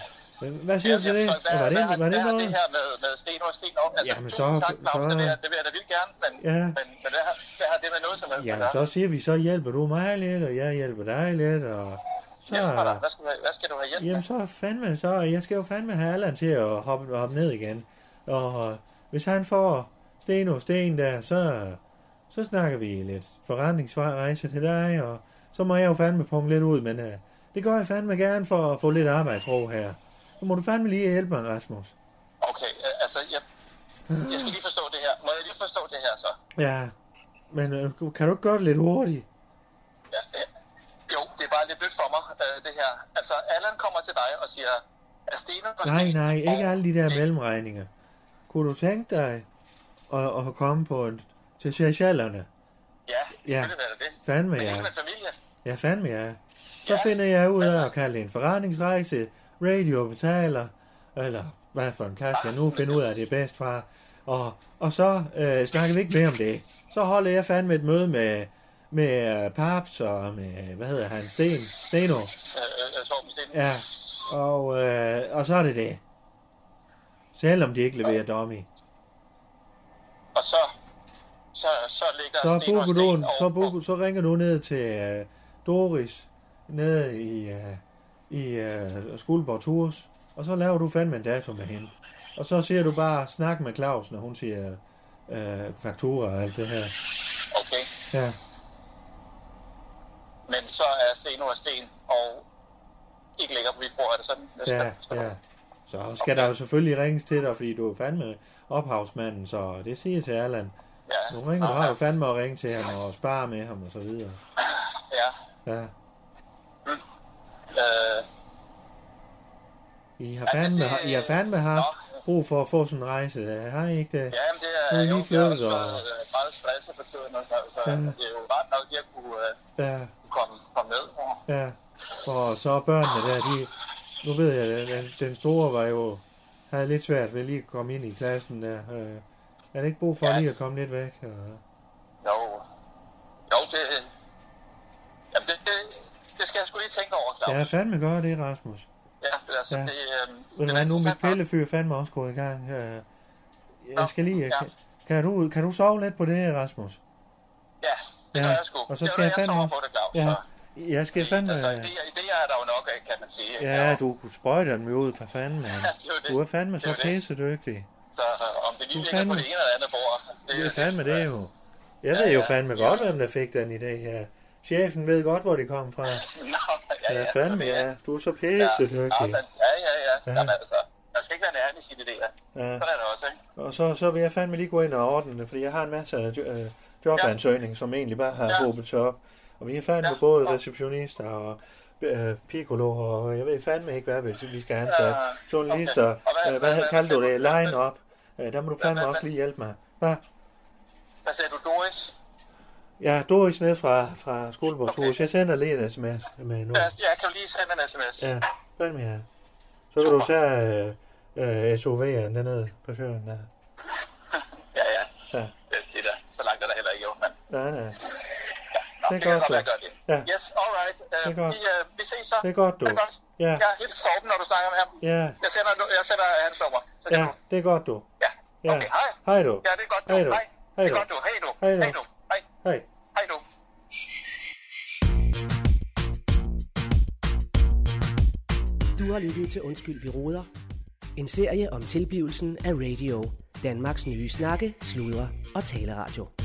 [SPEAKER 3] Hvad siger du til det?
[SPEAKER 5] Hvad,
[SPEAKER 3] Og var
[SPEAKER 5] hvad,
[SPEAKER 3] det, var det
[SPEAKER 5] hvad har
[SPEAKER 3] noget?
[SPEAKER 5] det her med, med sten og sten op? Altså,
[SPEAKER 3] Jamen,
[SPEAKER 5] Jamen,
[SPEAKER 3] så-
[SPEAKER 5] så, tak, Claus,
[SPEAKER 3] så-
[SPEAKER 5] så... det, der, det vil jeg da vildt gerne, men,
[SPEAKER 3] Ja.
[SPEAKER 5] men, men hvad, har, hvad har det med noget som helst? at
[SPEAKER 3] Ja,
[SPEAKER 5] gøre?
[SPEAKER 3] så siger vi, så hjælper du mig lidt, og jeg hjælper dig lidt, og så...
[SPEAKER 5] Hjælper dig. Hvad skal, du have, hvad skal du have hjælp med?
[SPEAKER 3] Jamen så fandme, så jeg skal jo fandme have Allan til at hoppe, hoppe ned igen. Og øh, hvis han får sten og sten der, så, så snakker vi lidt forretningsrejse til dig, og så må jeg jo fandme punge lidt ud, men uh, det gør jeg fandme gerne for at få lidt arbejdsro her. Så må du fandme lige hjælpe mig, Rasmus.
[SPEAKER 5] Okay, øh, altså, jeg, jeg skal lige forstå det her. Må jeg lige forstå det her så?
[SPEAKER 3] Ja, men øh, kan du ikke gøre det lidt hurtigt?
[SPEAKER 5] Ja, ja. Jo, det er bare lidt nyt for mig, øh, det her. Altså, Allan kommer til dig og siger, er sten og sten...
[SPEAKER 3] Nej, nej, ikke
[SPEAKER 5] og-
[SPEAKER 3] alle de der mellemregninger. Kunne du tænke dig at, at komme på en, til Seychellerne?
[SPEAKER 5] Ja,
[SPEAKER 3] Ja.
[SPEAKER 5] ja. det er det.
[SPEAKER 3] Fandme,
[SPEAKER 5] Men
[SPEAKER 3] ja.
[SPEAKER 5] ikke med familie.
[SPEAKER 3] Ja, fandme ja. Så
[SPEAKER 5] Ja.
[SPEAKER 3] finder jeg ud af at kalde det en forretningsrejse, radio betaler, eller hvad for en kasse jeg nu finder ud af, det er bedst fra. Og, og så øh, snakker vi ikke mere om det. Så holder jeg fandme et møde med, med øh, Paps og med, hvad hedder han, Sten, Steno.
[SPEAKER 5] Øh, øh, øh, Torben Sten.
[SPEAKER 3] Ja, og, øh, og så er det det. Selvom de ikke leverer dummy.
[SPEAKER 5] Og så, så, så ligger
[SPEAKER 3] Så,
[SPEAKER 5] sten og
[SPEAKER 3] bukker
[SPEAKER 5] sten
[SPEAKER 3] du, en-
[SPEAKER 5] og-
[SPEAKER 3] så, bukker, så ringer du ned til øh, Doris, nede i, øh, i øh, Skuldborg Tours, og så laver du fandme en dato med hende. Og så siger du bare, snak med Claus, når hun siger øh, fakturer og alt det her.
[SPEAKER 5] Okay,
[SPEAKER 3] Ja,
[SPEAKER 5] men så er sten og sten og ikke ligger på mit bord, er det sådan?
[SPEAKER 3] ja, ja. Så skal der jo selvfølgelig ringes til dig, fordi du er fandme ophavsmanden, så det siger jeg til Erland.
[SPEAKER 5] ja.
[SPEAKER 3] Nu ringer du,
[SPEAKER 5] ja,
[SPEAKER 3] har jo fandme at ringe til ham og spare med ham og så videre.
[SPEAKER 5] ja.
[SPEAKER 3] Ja.
[SPEAKER 5] Øh,
[SPEAKER 3] I har fandme, I har fandme haft brug for at få sådan en rejse. der. Har I ikke det?
[SPEAKER 5] ja, men det
[SPEAKER 3] Nu
[SPEAKER 5] er
[SPEAKER 3] er I
[SPEAKER 5] jo
[SPEAKER 3] lige
[SPEAKER 5] det er også
[SPEAKER 3] flyttet, og-
[SPEAKER 5] meget, øh, meget stresset for tiden, og så, så
[SPEAKER 3] Ja.
[SPEAKER 5] det er jo ret nok, at jeg kunne øh,
[SPEAKER 3] Ja,
[SPEAKER 5] komme, komme med.
[SPEAKER 3] ja. Og så børnene der, de... Nu ved jeg, at den, den store var jo... Havde lidt svært ved lige at komme ind i klassen der. Øh, er det ikke brug for ja.
[SPEAKER 5] Ja.
[SPEAKER 3] lige at komme lidt væk? Og,
[SPEAKER 5] Jo, jo det, jamen det, det, det skal jeg sgu lige tænke over, Claus.
[SPEAKER 3] ja, fandme gør det, Rasmus.
[SPEAKER 5] Ja, altså,
[SPEAKER 3] Ja.
[SPEAKER 5] ja. det, øh,
[SPEAKER 3] Ved du hvad,
[SPEAKER 5] er
[SPEAKER 3] nu er mit
[SPEAKER 5] interessant nok.
[SPEAKER 3] pillefyr fandme også gået i gang. Øh,
[SPEAKER 5] Nå,
[SPEAKER 3] jeg skal lige...
[SPEAKER 5] ja.
[SPEAKER 3] Kan, kan, du, kan du sove lidt på det, Rasmus?
[SPEAKER 5] Ja, det
[SPEAKER 3] Ja,
[SPEAKER 5] gør jeg sgu.
[SPEAKER 3] og så
[SPEAKER 5] Det er
[SPEAKER 3] skal
[SPEAKER 5] jo
[SPEAKER 3] jeg
[SPEAKER 5] det,
[SPEAKER 3] fandme
[SPEAKER 5] sover
[SPEAKER 3] også-
[SPEAKER 5] på det, Claus.
[SPEAKER 3] Ja.
[SPEAKER 5] så.
[SPEAKER 3] Jeg skal fandme...
[SPEAKER 5] Altså, idéer, idéer er der jo nok af, kan man sige. ikke?
[SPEAKER 3] Ja,
[SPEAKER 5] Og-
[SPEAKER 3] du sprøjter dem jo ud for fanden, mand.
[SPEAKER 5] det er jo det.
[SPEAKER 3] Du er fandme
[SPEAKER 5] Det er
[SPEAKER 3] så
[SPEAKER 5] jo det.
[SPEAKER 3] pissedygtig.
[SPEAKER 5] Så øh, om det
[SPEAKER 3] Du
[SPEAKER 5] lige ligger
[SPEAKER 3] fandme-
[SPEAKER 5] på det ene eller andet bord.
[SPEAKER 3] Det er
[SPEAKER 5] lidt,
[SPEAKER 3] fandme
[SPEAKER 5] øh,
[SPEAKER 3] det jo. Jeg ved
[SPEAKER 5] Ja,
[SPEAKER 3] jo
[SPEAKER 5] ja.
[SPEAKER 3] fandme godt, hvem der fik den idé her. Chefen ved godt, hvor det kom fra.
[SPEAKER 5] Nå, ja,
[SPEAKER 3] Ja,
[SPEAKER 5] ja.
[SPEAKER 3] fandme, ja. Du er så
[SPEAKER 5] Ja,
[SPEAKER 3] pissedygtig.
[SPEAKER 5] ja, men- ja, ja, ja.
[SPEAKER 3] Ja.
[SPEAKER 5] Jamen, altså, man skal ikke være nærmest i sine idéer.
[SPEAKER 3] Ja.
[SPEAKER 5] Sådan er det også, ikke?
[SPEAKER 3] Og så, så vil jeg fandme lige gå ind og ordne det, fordi jeg har en masse af jo- øh, jobansøgning, som egentlig bare har
[SPEAKER 5] Ja.
[SPEAKER 3] håbet sig op. Og vi er fandme
[SPEAKER 5] Ja.
[SPEAKER 3] både receptionister og øh, piccoloer, og jeg ved fandme ikke, hvad hvis vi skal ansætte.
[SPEAKER 5] Ja,
[SPEAKER 3] Journalister,
[SPEAKER 5] okay. Og hvad-
[SPEAKER 3] øh,
[SPEAKER 5] hvad-
[SPEAKER 3] hvad
[SPEAKER 5] hvad-
[SPEAKER 3] kalder du
[SPEAKER 5] hvad-
[SPEAKER 3] det? Line up. Øh, Der må du fandme
[SPEAKER 5] hvad-
[SPEAKER 3] også
[SPEAKER 5] hvad-
[SPEAKER 3] lige hjælpe mig. Hvad?
[SPEAKER 5] Hvad sagde du, Doris?
[SPEAKER 3] Ja, Doris ned fra, fra Skoleborg
[SPEAKER 5] Okay.
[SPEAKER 3] okay. Jeg sender lige en sms med nu.
[SPEAKER 5] Ja, jeg kan jo lige sende en sms.
[SPEAKER 3] Ja, følg med her. Så kan
[SPEAKER 5] Super.
[SPEAKER 3] du tage øh, øh, SUV'eren dernede på søen der.
[SPEAKER 5] Ja, ja.
[SPEAKER 3] Ja.
[SPEAKER 5] Det, det der. Så langt er der heller ikke, jo. Men,
[SPEAKER 3] Nej, nej.
[SPEAKER 5] nå,
[SPEAKER 3] Det er
[SPEAKER 5] det, kan
[SPEAKER 3] godt,
[SPEAKER 5] godt være
[SPEAKER 3] du.
[SPEAKER 5] godt, det.
[SPEAKER 3] Ja.
[SPEAKER 5] Yes, all right. Øh,
[SPEAKER 3] Det er godt.
[SPEAKER 5] vi, øh, vi ses så.
[SPEAKER 3] Det er godt, du.
[SPEAKER 5] Det er godt.
[SPEAKER 3] Ja.
[SPEAKER 5] Jeg er helt sorten, når du snakker med ham.
[SPEAKER 3] Ja,
[SPEAKER 5] Jeg sender, jeg sender hans nummer. Så kan
[SPEAKER 3] ja,
[SPEAKER 5] du-
[SPEAKER 3] det er godt, du.
[SPEAKER 5] Ja.
[SPEAKER 3] Ja.
[SPEAKER 5] Okay, hej.
[SPEAKER 3] Hej, du.
[SPEAKER 5] Ja, det er godt nu.
[SPEAKER 3] Hej, du.
[SPEAKER 5] Hej.
[SPEAKER 3] Hej,
[SPEAKER 5] Det
[SPEAKER 3] du.
[SPEAKER 5] er godt nu. Hej nu.
[SPEAKER 3] Hej, du.
[SPEAKER 5] Hej nu. Hej.
[SPEAKER 3] Hej.
[SPEAKER 5] Hej nu.
[SPEAKER 4] Du har lyttet til Undskyld, vi råder. En serie om tilblivelsen af radio. Danmarks nye snakke, sludre og taleradio.